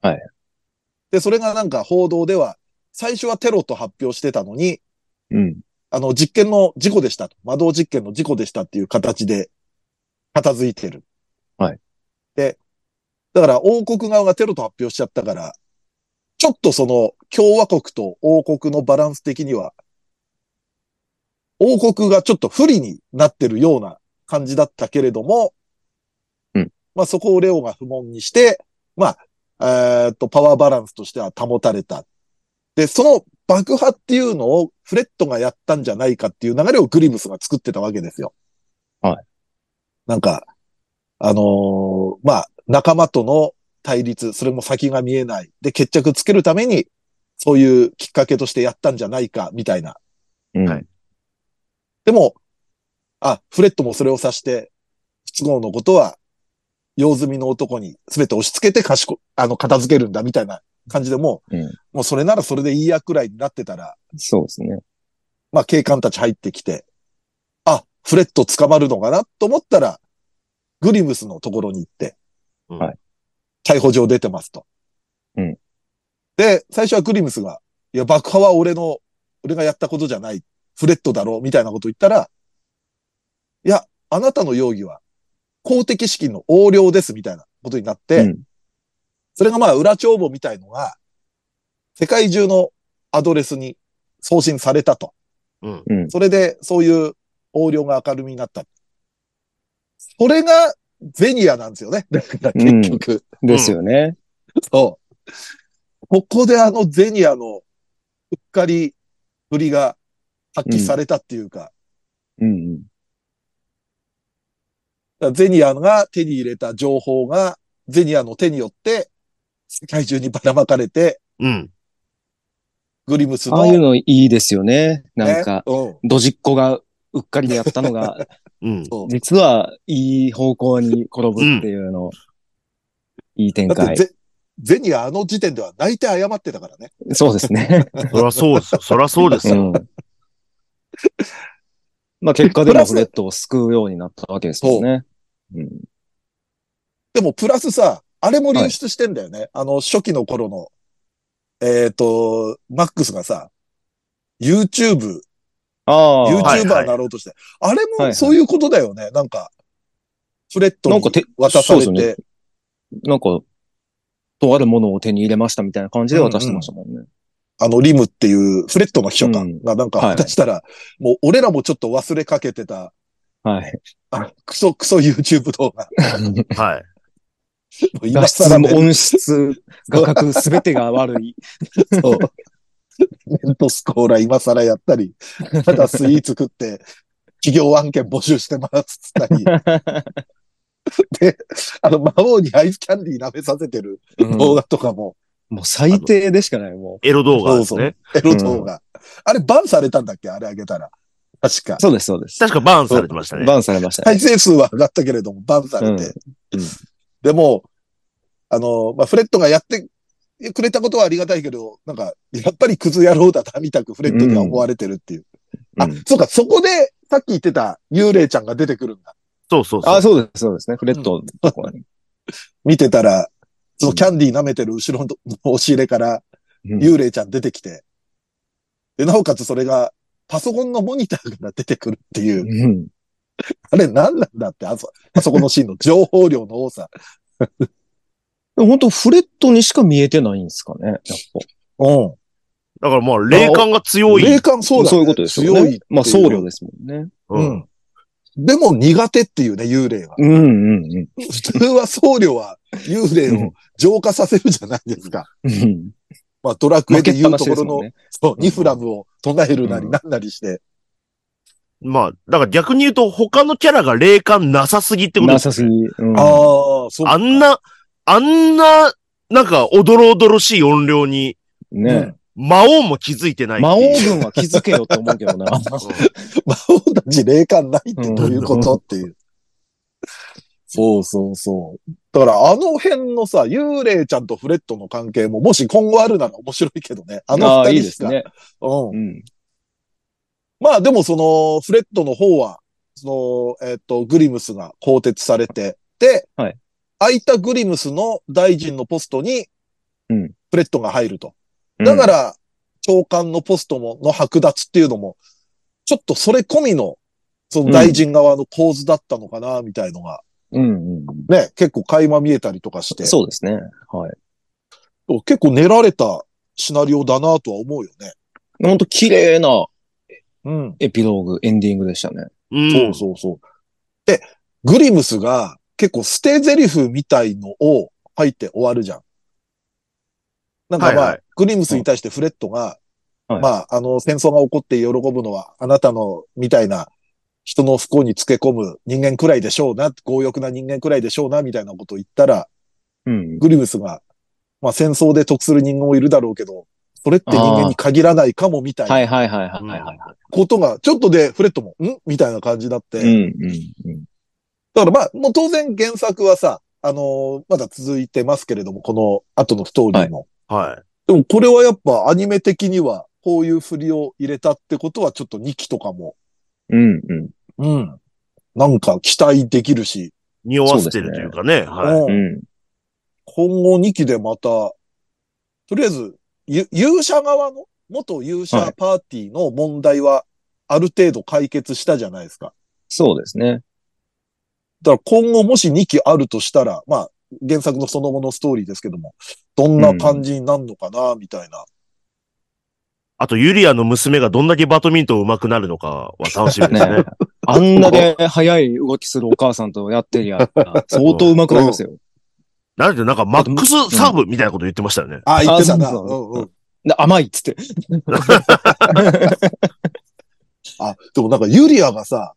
C: はい。
B: で、それがなんか報道では、最初はテロと発表してたのに、
C: うん。
B: あの、実験の事故でしたと。魔道実験の事故でしたっていう形で、片付いてる。
C: はい。
B: で、だから王国側がテロと発表しちゃったから、ちょっとその、共和国と王国のバランス的には、王国がちょっと不利になってるような感じだったけれども、
C: うん
B: まあそこをレオが不問にして、まあ、えーっと、パワーバランスとしては保たれた。で、その爆破っていうのをフレットがやったんじゃないかっていう流れをグリムスが作ってたわけですよ。
C: はい。
B: なんか、あのーまあ、仲間との対立、それも先が見えない。で、決着つけるために、そういうきっかけとしてやったんじゃないか、みたいな。
C: うん
D: はい
B: でも、あ、フレットもそれを指して、不都合のことは、用済みの男に全て押し付けて賢い、あの、片付けるんだ、みたいな感じでもう、
C: うん
B: もうそれならそれでいいやくらいになってたら、
C: そうですね。
B: まあ、警官たち入ってきて、あ、フレット捕まるのかなと思ったら、グリムスのところに行って、
D: うん
C: はい
B: 逮捕状出てますと。
C: うん
B: で、最初はグリムスが、いや、爆破は俺の、俺がやったことじゃない、フレットだろう、みたいなこと言ったら、いや、あなたの容疑は、公的資金の横領です、みたいなことになって、
C: うん
B: それがまあ、裏帳簿みたいのが、世界中のアドレスに送信されたと。
D: うん。
B: それで、そういう横領が明るみになった。それが、ゼニアなんですよね。だ から結局。
C: ですよね。
B: そう。ここであのゼニアの、うっかりぶりが発揮されたっていうか、
C: うん。うん
B: だからゼニアが手に入れた情報が、ゼニアの手によって、世界中にばらまかれて、
D: うん。
B: グリムスの、
C: ああいうのいいですよね。
B: ね
C: なんか、
B: うん。
C: ドジっ子がうっかりでやったのが、
D: うん。
B: そう
C: 実はいい方向に転ぶっていうの、いい展
B: だって
C: 開。
B: ゼ、ゼニアあの時点では泣いて謝ってたからね。
C: そうです ね。
D: そらそうですよ。そらそうです
C: う
D: よ。
C: ん。まあ結果で
B: プ
C: も
B: ラス
C: フレットを救うようになったわけですよね。うん。
B: でも、プラスさ、あれも流出してんだよね。あの、初期の頃の、えっ、と、マックスがさ、YouTube、
C: ああ、
D: はい
B: YouTuber になろうとして。あ
C: は
B: れ
C: いは
B: も
C: い
B: そういうことだよね。なんか、フレット
C: な
B: に
C: んかて、
B: 渡されて。
C: そうですよねなんか、とあるものを手に入れましたみたいな感じで渡してましたもんね。
B: あの、リムっていう、フレットの秘書か、
C: うん
B: がなんか
C: はい
B: 渡したら、もう俺らもちょっと忘れかけてた、
C: はい。
B: あのクソクソ YouTube 動画。
D: はい。
B: もう今
C: 画質
B: 更
C: も
B: ね、
C: 音質、画角、すべてが悪い。
B: そう。メントスコーラ今更やったり、ただスイーツ食って、企業案件募集してますっつったり、あの、魔王にアイスキャンディー舐めさせてる
C: うん
B: 動画とかも、
C: もう最低でしかない、も
D: エロ動画です
B: そうそう
D: ね。
B: エロ動画。あれバンされたんだっけあれあげたら。確か
C: う。。そうです、そうです。
D: 確かバーンされてましたね。
C: バンされましたね。
B: 再生数は上がったけれども、バンされて。
C: うんうん
B: でも、あの、まあ、フレットがやってくれたことはありがたいけど、なんか、やっぱりクズ野郎だな、みたくフレットには思われてるっていう。
C: うん
B: あ、そうか、そこで、さっき言ってた幽霊ちゃんが出てくるんだ。
D: そうそうそう
C: あ、。そうです、そうですね。フレットのところに。
B: 見てたら、そのキャンディー舐めてる後ろの 押し入れから、
C: うん
B: 幽霊ちゃん出てきて、で、なおかつそれが、パソコンのモニターから出てくるっていう、
C: うん
B: あれ何なんだって、あそ、あそこのシーンの 情報量の多さ。
C: でも本当フレットにしか見えてないんですかね。やっぱ
B: うん。
D: だからまあ、霊感が強い。
B: 霊感そうだ、ね、
C: そういうことですよ
B: 強
C: ね
B: い。。
C: まあ僧侶。ですもんね。
B: う
D: うん。
B: ん。でも苦手っていうね、幽霊は。
C: うんうんうん
B: 普通は僧侶は幽霊を浄化させるじゃないですか。
C: うん。
B: まあドラクエ
C: 負
B: で
C: けっ
B: 言
C: ぱ
B: う
C: な
B: と
C: し
B: こ
C: です
B: ろの、
C: もんね。
B: そう、ニフラムを唱えるなりなんなりして。
D: まあ、だから逆に言うと、他のキャラが霊感なさすぎってこと
C: な
D: です。
C: さすぎ。うん
B: ああ、そう。
D: あんな、あんな、なんか、おどろおどろしい音量に、
B: うん
C: ね
D: 魔王も気づいてないって
C: 魔王
D: いう。
C: 軍は気づけよって思うけどな。
B: 魔王たち霊感ないってどういうこと、っ
C: う
B: ていう。そうそうそう。だからあの辺のさ、幽霊ちゃんとフレットの関係ももし今後あるなら面白いけどね。あの
C: ああ、い
B: 二
C: い
B: 人
C: で
B: し
C: す
B: か。
C: ね。
B: うん
C: う。ん。
B: まあでもその、フレットの方は、その、えっ、と、グリムスが更迭されて、で、
C: はい
B: 空いたグリムスの大臣のポストに、
C: うん
B: フレットが入ると。だか
C: うん、
B: ら、長官のポストも、の剥奪っていうのも、ちょっとそれ込みの、その大臣側の構図だったのかな、みたいのが、
C: うんうん。
B: ね、結構垣間見えたりとかして、
C: そうですね。はい。
B: 結構練られたシナリオだなとは思うよね。
C: ほんと綺麗な
B: うん。
C: エピローグ、エンディングでしたね。
D: うん。
B: そうそうそう。で、グリムスが結構捨て台詞みたいのを入って終わるじゃん。なんかまあ、
D: はいはい
B: グリムスに対してフレットが、
C: はい
B: まあ、あの、戦争が起こって喜ぶのはあなたのみたいな人の不幸につけ込む人間くらいでしょうな、強欲な人間くらいでしょうな、みたいなことを言ったら、
C: うん。
B: グリムスが、まあ戦争で得する人間もいるだろうけど、それって人間に限らないかもみたい
C: は
B: ない
C: はいはいはいはいはい。
B: ことが、ちょっとでフレットも、んみたいな感じになって、
C: うんうんうん。
B: だからまあ、もう当然原作はさ、あのーまだ続いてますけれども、この後のストーリーも。
D: はい。
B: でもこれはやっぱアニメ的には、こういう振りを入れたってことはちょっと2期とかも、
C: うんうん。
B: うん。なんか期待できるし、
D: 匂わせてるというかね。はい。
B: う
C: うんん。
B: 今後2期でまた、とりあえず、ゆ勇者側の、元勇
C: は
B: 者
C: い
B: パーティーの問題は、ある程度解決したじゃないですか。
C: そうですね。
B: だから今後もし2期あるとしたら、まあ、原作のその後のストーリーですけども、どんな感じになるのかな、みたいな。
D: あと、ユリアの娘がどんだけバドミントン上手くなるのかは楽しみですね
C: ね。あんだけ速い動きするお母さんとやってりゃ、相当上手くなりますよ。
D: なんで、なんかマックスサーブみたいなこと言ってましたよね。
B: ああ、言ってたな。
C: あ
B: う
C: そうそ
B: ん
C: う
B: うん。
C: で甘いっ つって。
B: あ、でもなんかユリアがさ、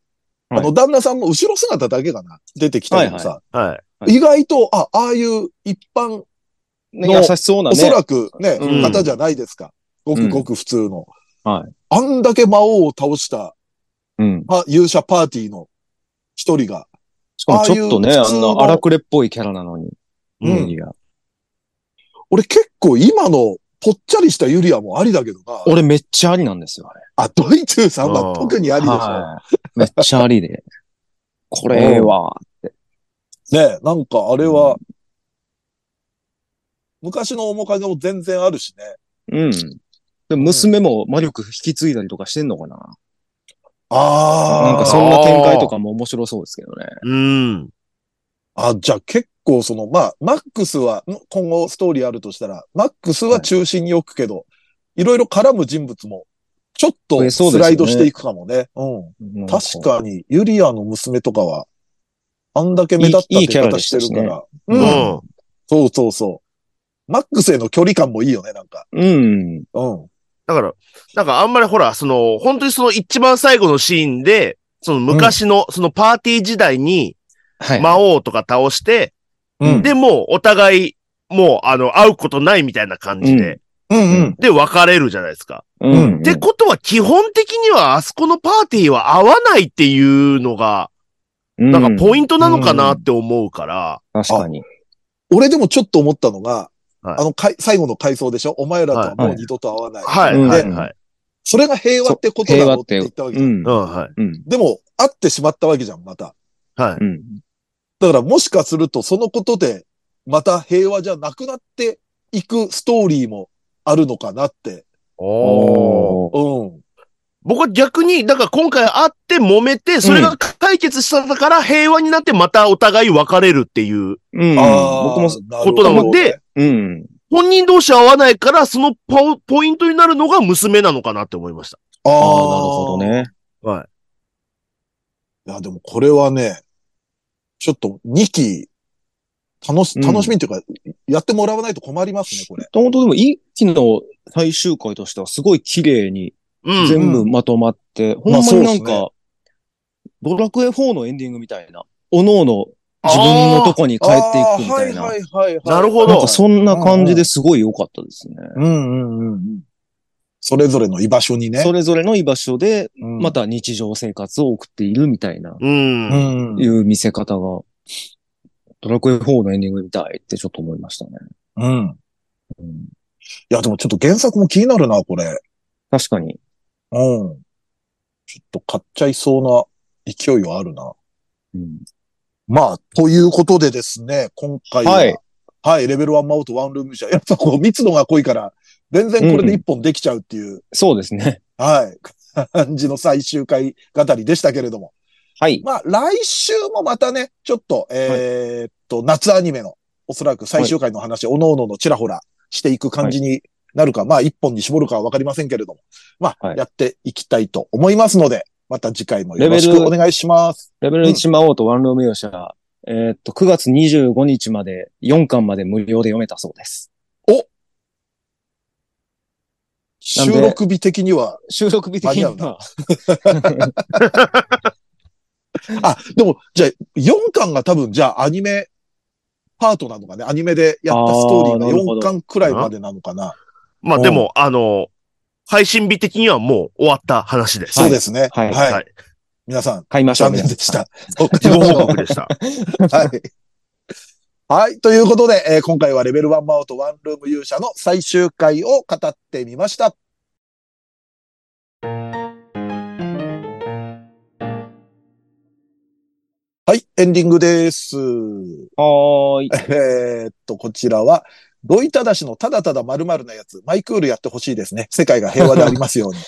C: はい
B: あの、旦那さんの後ろ姿だけがな、出てきたけどさ、
D: はい。
C: はい
B: 意外と、あ、ああいう一般、
C: ね
B: の
C: 優しそうな
B: おそ
C: ね。
B: らくね、
C: うん
B: 方じゃないですか。ごくごく普通の。
C: うんはい
B: あんだけ魔王を倒した
C: うん。
B: あ勇者パーティーの一人が、
C: しかもちょっとね、
B: ああいう
C: あ
B: 普通
C: ん
B: の
C: な荒くれっぽいキャラなのに。
D: う
C: ユ
D: ん。
C: リア
B: 俺結構今のぽっちゃりしたユリアもありだけどな。
C: 俺めっちゃありなんですよ、あれ。
B: あ、ドイツさんは特にありでしょ。
C: はい。めっちゃありで。これは、
B: ねえなんかあれは、昔の面影も全然あるしね。
C: うん。でも娘も魔力引き継いだりとかしてんのかな
B: ああ。
C: なんかそんな展開とかも面白そうですけどね。
D: うん。
B: あ、じゃあ結構その、まあ、マックスは、ん今後ストーリーあるとしたら、マックスは中心に置くけど、い、ろいろ絡む人物も、ちょっ
C: 増
B: と
C: えそうです
B: ス
C: よね
B: ライドしていくかもね。うん。確かに、ユリアの娘とかは、あんだけ目立った
C: いいいい
B: 出
C: キャラ
B: 方
C: で
B: し
C: して
B: る
C: たし
B: か
C: ね
B: ら。
D: う
B: うん。
D: ん。
B: そうそうそう。マックスへの距離感もいいよね、なんか。
C: うん。
B: うん。
D: だから、なんかあんまりほら、その、本当にその一番最後のシーンで、その昔の、そのパーティー時代に
C: はい。
D: 魔王とか倒して、
B: うん
D: で、もうお互い、もうあの、会うことないみたいな感じで、
B: うんうん。
D: で、別れるじゃないですか。
C: うん。
D: ってことは基本的にはあそこのパーティーは合わないっていうのが、
C: な
D: なんかポ
C: イン
D: イントなのかなって思うから、
C: ト。確かに。
B: 俺でもちょっと思ったのが、
D: はい
B: あのかい、最後の回想でしょお前らとはもう二度と会わない。
D: はい、
C: うん
D: はい、
B: で
D: はい。
B: それが平和ってことだろうって言ったわけじゃん
C: うん
D: う。ん、はい。
C: うん。
B: でも、会ってしまったわけじゃん、また。
D: はい。
C: うん。
B: だからもしかすると、そのことで、また平和じゃなくなっていくストーリーもあるのかなって。
D: おー。
B: うん。
D: 僕は逆に、だから今回会って揉めて、それが解決したから平和になってまたお互い別れるっていう、
C: うん。僕も、
B: な
D: こ
B: るほ
D: と
B: ど
D: な
B: ね
D: ので、
C: うん。
D: 本人同士合わないから、そのポポイントになるのが娘なのかなって思いました。
B: あ
C: ああ、なる
B: あ、
C: ほど。ね。
D: はい。
B: いや、でもこれはね、ちょっと2期、楽し、楽しみっていうか、やってもらわないと困りますね、これ。
C: 本当でも一期の最終回としてはすごい綺麗に
D: うん。
C: 全部まとまって、ほんまになんか、
B: まあ
C: ドラクエ4のエンディングみたいな、おのおの自分のとこに帰っていくみたいな、
B: あーはいはいはいはい。
D: なるほど
C: なんかそんな感じですごい良かったですね。
B: うんうんうんうん。それぞれの居場所にね。
C: それぞれの居場所で、
B: うん
C: また日常生活を送っているみたいな、
D: うん。
B: う
D: うん
B: ん。
C: いう見せ方が、ドラクエ4のエンディングみたいってちょっと思いましたね。
B: うん。
C: うん
B: いや、でもちょっと原作も気になるな、これ。うん。
C: 確かに。
B: ちょっと買っちゃいそうな勢いはあるな。
C: うん
B: まあ、ということでですね、今回は、は
C: はいい、
B: レベル1マウト1ルームじゃ、やっぱこう密度が濃いから、全然これで一本できちゃうっていう、
C: そうですね。
B: はい、 感じの最終回語りでしたけれども。
C: はい。
B: まあ、来週もまたね、ちょっと、えーっと、夏アニメの、おそらく最終回の話、おのおののちらほらしていく感じになるか、まあ一本に絞るかはわかりませんけれども、まあ
C: はい
B: やっていきたいと思いますので、また次回もよろし
C: レベ
B: く
C: ル
B: お願いします。
C: レベル1魔王とワンルーム容赦、えーっと、9月25日まで4巻まで無料で読めたそうです。なん
B: 収
C: で
B: 録日的には、
C: 収録日的に
B: 間に合
C: は、
B: あ、でも、じゃあ4巻が多分、じゃあアニメパートなのかね、アニメでやったストーリー
C: あーな
B: が
C: るほ
B: 4
C: ど
B: 巻くらいまでなのかな。
D: まあでも、あの、配信日的にはもう終わった話です。
B: そうですね。は。
C: はいい
D: はい
B: 皆さん、
C: 買いましょう。
B: 残念でした。
D: 事後報告でした。
B: はい。はい。ということで、えー今回はレベル1マウトワンルーム勇者の最終回を語ってみました。はい、エンディングです。
C: はーい。
B: えーっと、こちらは、ロイタダシのただただ〇〇なやつ、マイクールやってほしいですね。世界が平和でありますように。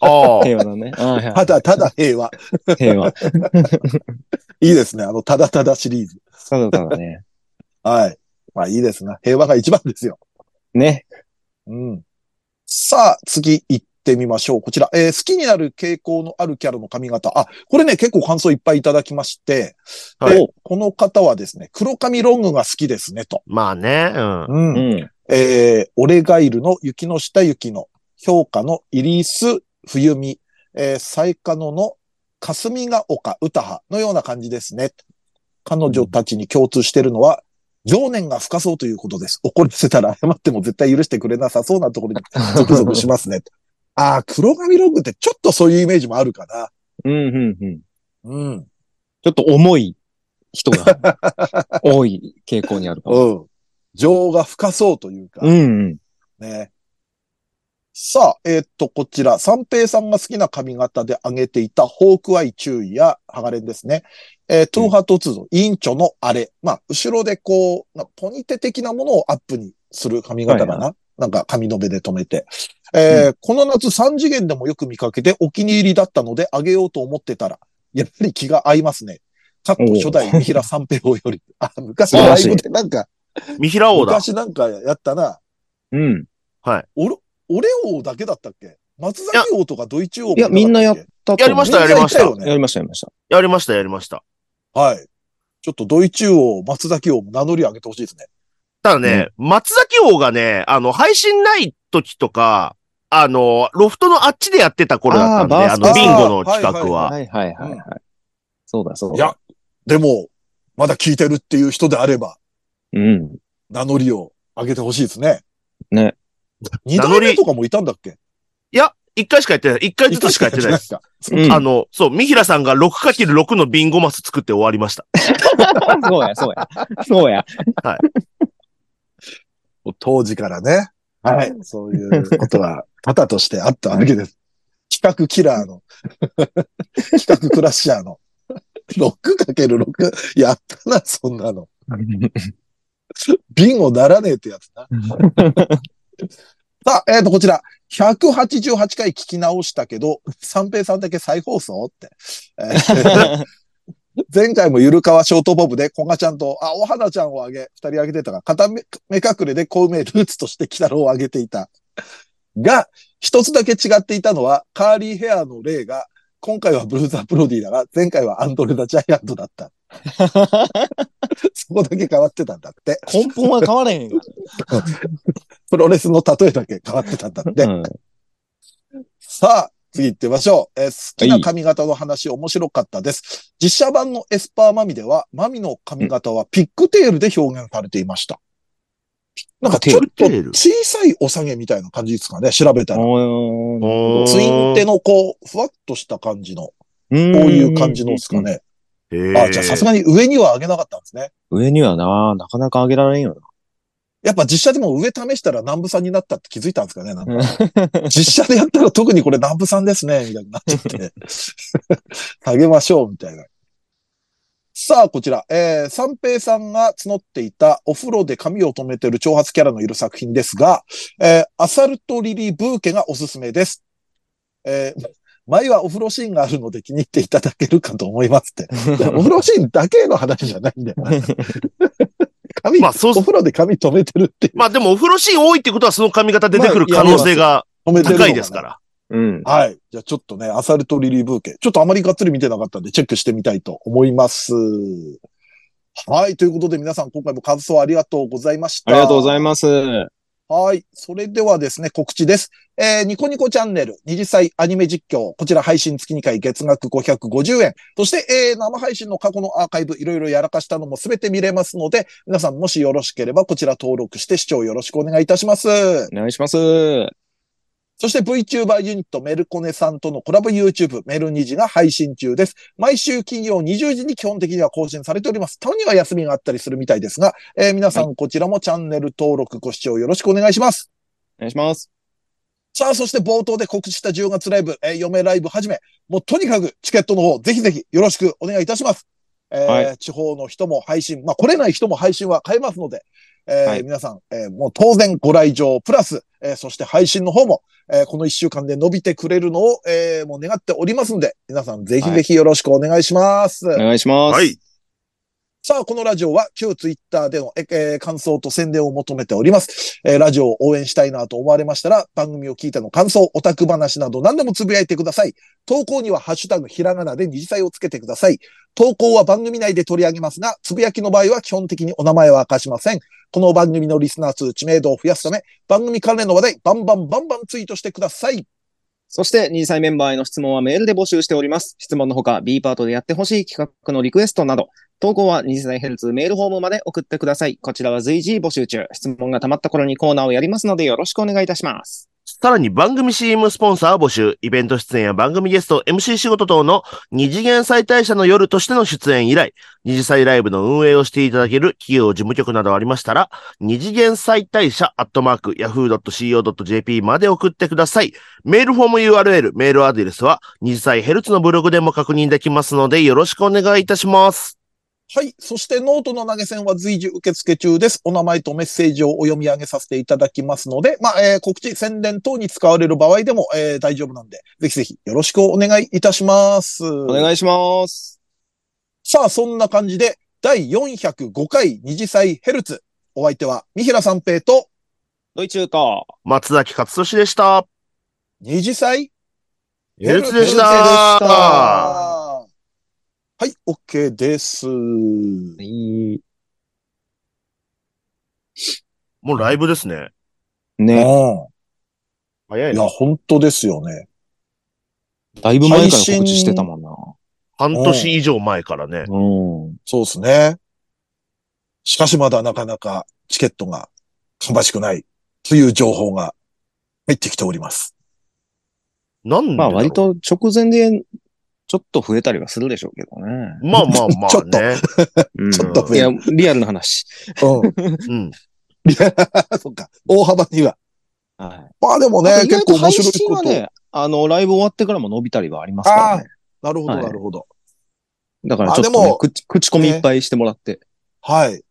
D: ああ。
C: 平和だね。あー
B: た
C: は
B: だただ平和。
C: い平和。
B: いいですね。あの、ただただシリーズ。
C: そうだからね。
B: はい。まあいいですな。平和が一番ですよ。
C: ね。
B: うん。さあ、次行ってみましょう。こちら、えー好きになる傾向のあるキャラの髪型。あ、これね、結構感想いっぱいいただきまして、
D: はい
B: でこの方はですね、黒髪ロングが好きですね、と。
D: まあね、うん。
B: うん
C: うん。
B: えー、オレガイルの雪の下雪の評価のイリース冬美、えー、サイカノの霞ヶ丘歌葉のような感じですね。彼女たちに共通しているのは、情念が深そうということです。怒らせたら謝っても絶対許してくれなさそうなところにゾクゾクします ね。ああ、黒髪ロングってちょっとそういうイメージもあるかな。
C: うん、うん、うん。
B: うん。
C: ちょっと重い人が多い傾向にある かも。
B: うん。情が深そうというか。
C: うん、うん。
B: ね。さあ、えーっと、こちら、三平さんが好きな髪型で挙げていた、ホークアイ注意や、ハガレンですね。えー、トゥーハートツーの委員長のあれ。まあ、後ろでこう、なポニテ的なものをアップにする髪型か
C: はい
B: な。なんか髪の毛で留めて。えーこの夏三次元でもよく見かけてお気に入りだったのであげようと思ってたら、やっぱり気が合いますね。かっこ初代三平三平王より。あ、昔のライブでなんか、
D: 三平王だ。
B: 昔なんかやったな。
C: うん。
B: オレ、オレ王だけだったっけ松崎王とかドイツ王も
C: いや、みんなや
B: だ
C: っ
B: った
C: と
D: やりました、やりました。
B: みんな行ったよ
C: やりました、やりました。
D: やりました、やりました。
B: けはい。ちょっとドイツ王、松崎王も名乗り上げてほしいですね。
D: ただね、松崎王がね、あの、配信ない時とか、あの、ロフトのあっちでやってた頃だったんで、
C: あー
D: あ
C: バース
D: の、ビンゴの
B: あー
D: 企画
B: は
D: は。
C: はい、はい、はい、はい。そうだ、そう
B: い
C: だ。
B: や、でも、まだ聞いてるっていう人であれば、
C: うん。
B: 名乗りを上げてほしいですね。
C: ね。
B: 二代目とかもいたんだっけ
D: いや、一回しかやってない。一回ずつしかやってないです。
B: か。
C: うん。
D: あの、そう、三平さんが 6×6 のビンゴマス作って終わりました。
C: そうや、そうや。そう や。
B: 当時からね。はい。そういうことは、多々としてあったわけ です。企画キラーの、企画クラッシャーの、6×6、やったな、そんなの。ビンゴならねえってやつな。さあ、えっ、と、こちら。188回聞き直したけど、三平さんだけ再放送って。え ー前回もゆるかわショートボブで、こがちゃんと、あ、お花ちゃんをあげ、二人あげてたが、片目目隠れで小梅ルーツとして北郎をあげていた。が、一つだけ違っていたのは、カーリーヘアの例が、今回はブルーザープロディだが、前回はアンドレ・ダ・ジャイアントだった。そこだけ変わってたんだって。
C: 根本は変われへんが。
B: プロレスの例えだけ変わってたんだって。
C: うん
B: さあ、次行ってみましょう。えー好きな髪型の話、面白かったです。実写版のエスパーマミでは、マミの髪型はピックテールで表現されていました。なんかちょっ
D: ピ
B: と
D: ックテール
B: 小さいお下げみたいな感じですかね、調べたら。
C: おー
B: ツインテ
D: の。
B: のこう、ふわっとした感じの、こ
C: こう
B: ういう感じのですか。ね。あ、じゃあさす
D: が。
B: がに上には上げなかったんですね。
C: 上にはな、なかなか上げられんよ
B: やっぱ実写でも上試したら南部さんになったって気づいたんですかね、なんか
C: な。
B: 実写でやったら特にこれ南部さんですね、みたいになっちゃって。下げましょう、みたいな。さあ、こちら。えー、三平さんが募っていたお風呂で髪を留めてる挑発キャラのいる作品ですが、えー、アサルトリリーブーケがおすすめです。えー、前はお風呂シーンがあるので気に入っていただけるかと思いますって。いやお風呂シーンだけの話じゃないんだよな。髪、
D: まあそう
B: お風呂で髪留めてるって、
D: まあでもお風呂シーン多いってことはその髪型出てくる可能性が
B: 止めてるの。
D: 高いですからら。
C: うん。
B: はい。じゃあちょっとね、アサルトリリーブーケ。ちょっとあまりがっつり見てなかったんで、チェックしてみたいと思います。はい。ということで皆さん、今回も感想ありがとうございました。
C: ありがとうございます。
B: はい。それではですね、告知です。えー、ニコニコチャンネル、二次祭アニメ実況、こちら配信月2回月額550円。そして、えー、生配信の過去のアーカイブ、いろいろやらかしたのもすべて見れますので、皆さんもしよろしければ、こちら登録して視聴よろしくお願いいたします。
C: お願いします。は
B: そして VTuber ユニットメルコネさんとのコラボ YouTube メル2時が配信中です。毎週金曜20時に基本的には更新されております。たまには休みがあったりするみたいですが、えー皆さんこちらもチャンネル登録ご視聴よろしくお願いします。
C: お願いします。
B: さあ、そして冒頭で告知した10月ライブ、えー嫁ライブはじめ、もうとにかくチケットの方、ぜひぜひよろしくお願いいたします。えー
C: は
B: 地方の人も配信、まあ来れない人も配信は変えますので、えー
C: はい
B: 皆さん、えーもう当然ご来場プラス、えーそして配信の方も、えーこの1週間で伸びてくれるのを、えーもう願っておりますので、皆さんぜひぜひよろしくお願いします。
C: お願いします。
D: はい。
B: さあ、このラジオは旧ツイッターでの、ええー感想と宣伝を求めております。えーラジオを応援したいなと思われましたら、番組を聞いての感想、オタク話など何でもつぶやいてください。投稿にはハッシュタグひらがなで二次祭をつけてください。投稿は番組内で取り上げますが、つぶやきの場合は基本的にお名前は明かしません。この番組のリスナー数、知名度を増やすため、番組関連の話題、バンバンバンバンツイートしてください。
C: そして、2歳メンバーへの質問はメールで募集しております。質問のほか、B パートでやってほしい企画のリクエストなど、投稿は2歳ヘルツメールフォームまで送ってください。こちらは随時募集中。質問が溜まった頃にコーナーをやりますので、よろしくお願いいたします。
D: さらに番組 CM スポンサーを募集、イベント出演や番組ゲスト、MC 仕事等の二次元再大社の夜としての出演以来、二次祭ライブの運営をしていただける企業事務局などありましたら、二次元再大社アットマーク yahoo.co.jp まで送ってください。メールフォーム URL、メールアドレスは二次祭ヘルツのブログでも確認できますので、よろしくお願いいたします。
B: はい。そしてノートの投げ銭は随時受付中です。お名前とメッセージをお読み上げさせていただきますので、まあ、えー告知、宣伝等に使われる場合でも、えー大丈夫なんで、ぜひぜひよろしくお願いいたします。
C: お願いします。
B: さあ、そんな感じで、第405回二次祭ヘルツ。お相手は、三平三平と
C: ドイチューと、
D: 松崎勝利でした。
B: 二次祭
D: ヘルツでし。
C: ヘルツでした
B: はい、OK です。
C: い
D: もうライブですね。
C: い。ね、
B: う
D: 早
B: ん。いや、本当ですよね。
C: だいぶ前から告知してたもんな。
D: 半年以上前からね。
C: うん。
B: そうですね。しかしまだなかなかチケットが芳しくないという情報が入ってきております。
D: なんでだろう
C: まあ割と直前で、ちょっと増えたりはするでしょうけどね。
D: まあまあま
B: ちょ
D: あ
B: っと
D: ね。
C: うん
D: ちょっ
B: と増
C: い
B: え
C: や、リアルな話。
B: うん。
D: うん。
B: そっか。大幅には。
C: はい。
B: まあでも
C: あ
B: ね
C: と、意
B: 結構
C: 外と
B: 面
C: 配
B: 白い
C: 信
B: こ
C: は
B: と。
C: ね、あの、ライブ終わってからも伸びたりはありますからね。
B: なるほど、
C: はい
B: なるほど。
C: だからちょっと、
B: あで
C: ね
B: も、
C: 口口コミいっぱいしてもらって。
B: はい。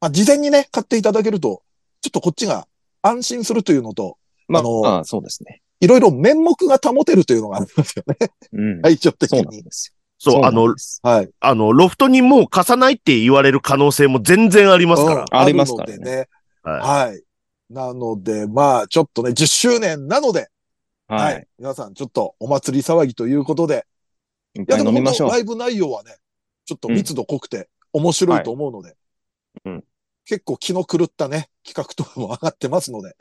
B: まあ事前にね、買っていただけると、ちょっとこっちが安心するというのと、
C: まあ、
B: あの
C: まあそうですね。
B: いろいろ面目が保てるという のがありますよね。
C: うん。
B: 体調的
C: そうなん
B: に。
C: ですよ。
D: そう、あ
C: なん
D: の
C: で、す
B: はい。
D: あの、ロフトにもう貸さないって言われる可能性も全然ありますから。
B: うん
C: ありますからね
B: るのでね。
D: は
B: はい。なので、まあ、ちょっとね、10周年なので、
C: は。
B: はいい。皆さん、ちょっとお祭り騒ぎということで。
C: いっ
B: いや、
C: ぱい
B: でも
C: 飲みましょう
B: 本当。ライブ内容はね、ちょっと密度濃くて面白いと思うので。
C: はいうん
B: 結構気の狂ったね、企画とかも上がってますので、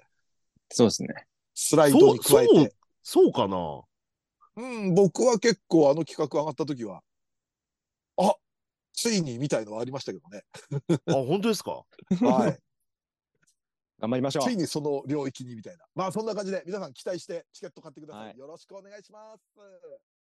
C: そうですね。
B: スライドに加え
D: そう
B: て。
D: そうかな
B: うん、僕は結構あの企画上がった時は、あ、ついにみたいのはありましたけど ね。
D: あ、本当ですか
B: はい。
C: 頑張りましょう
B: つ。いにその領域にみたいな。まあ、そんな感じで皆さん期待してチケット買ってくださ、
C: はいい
B: よろしくお願いします。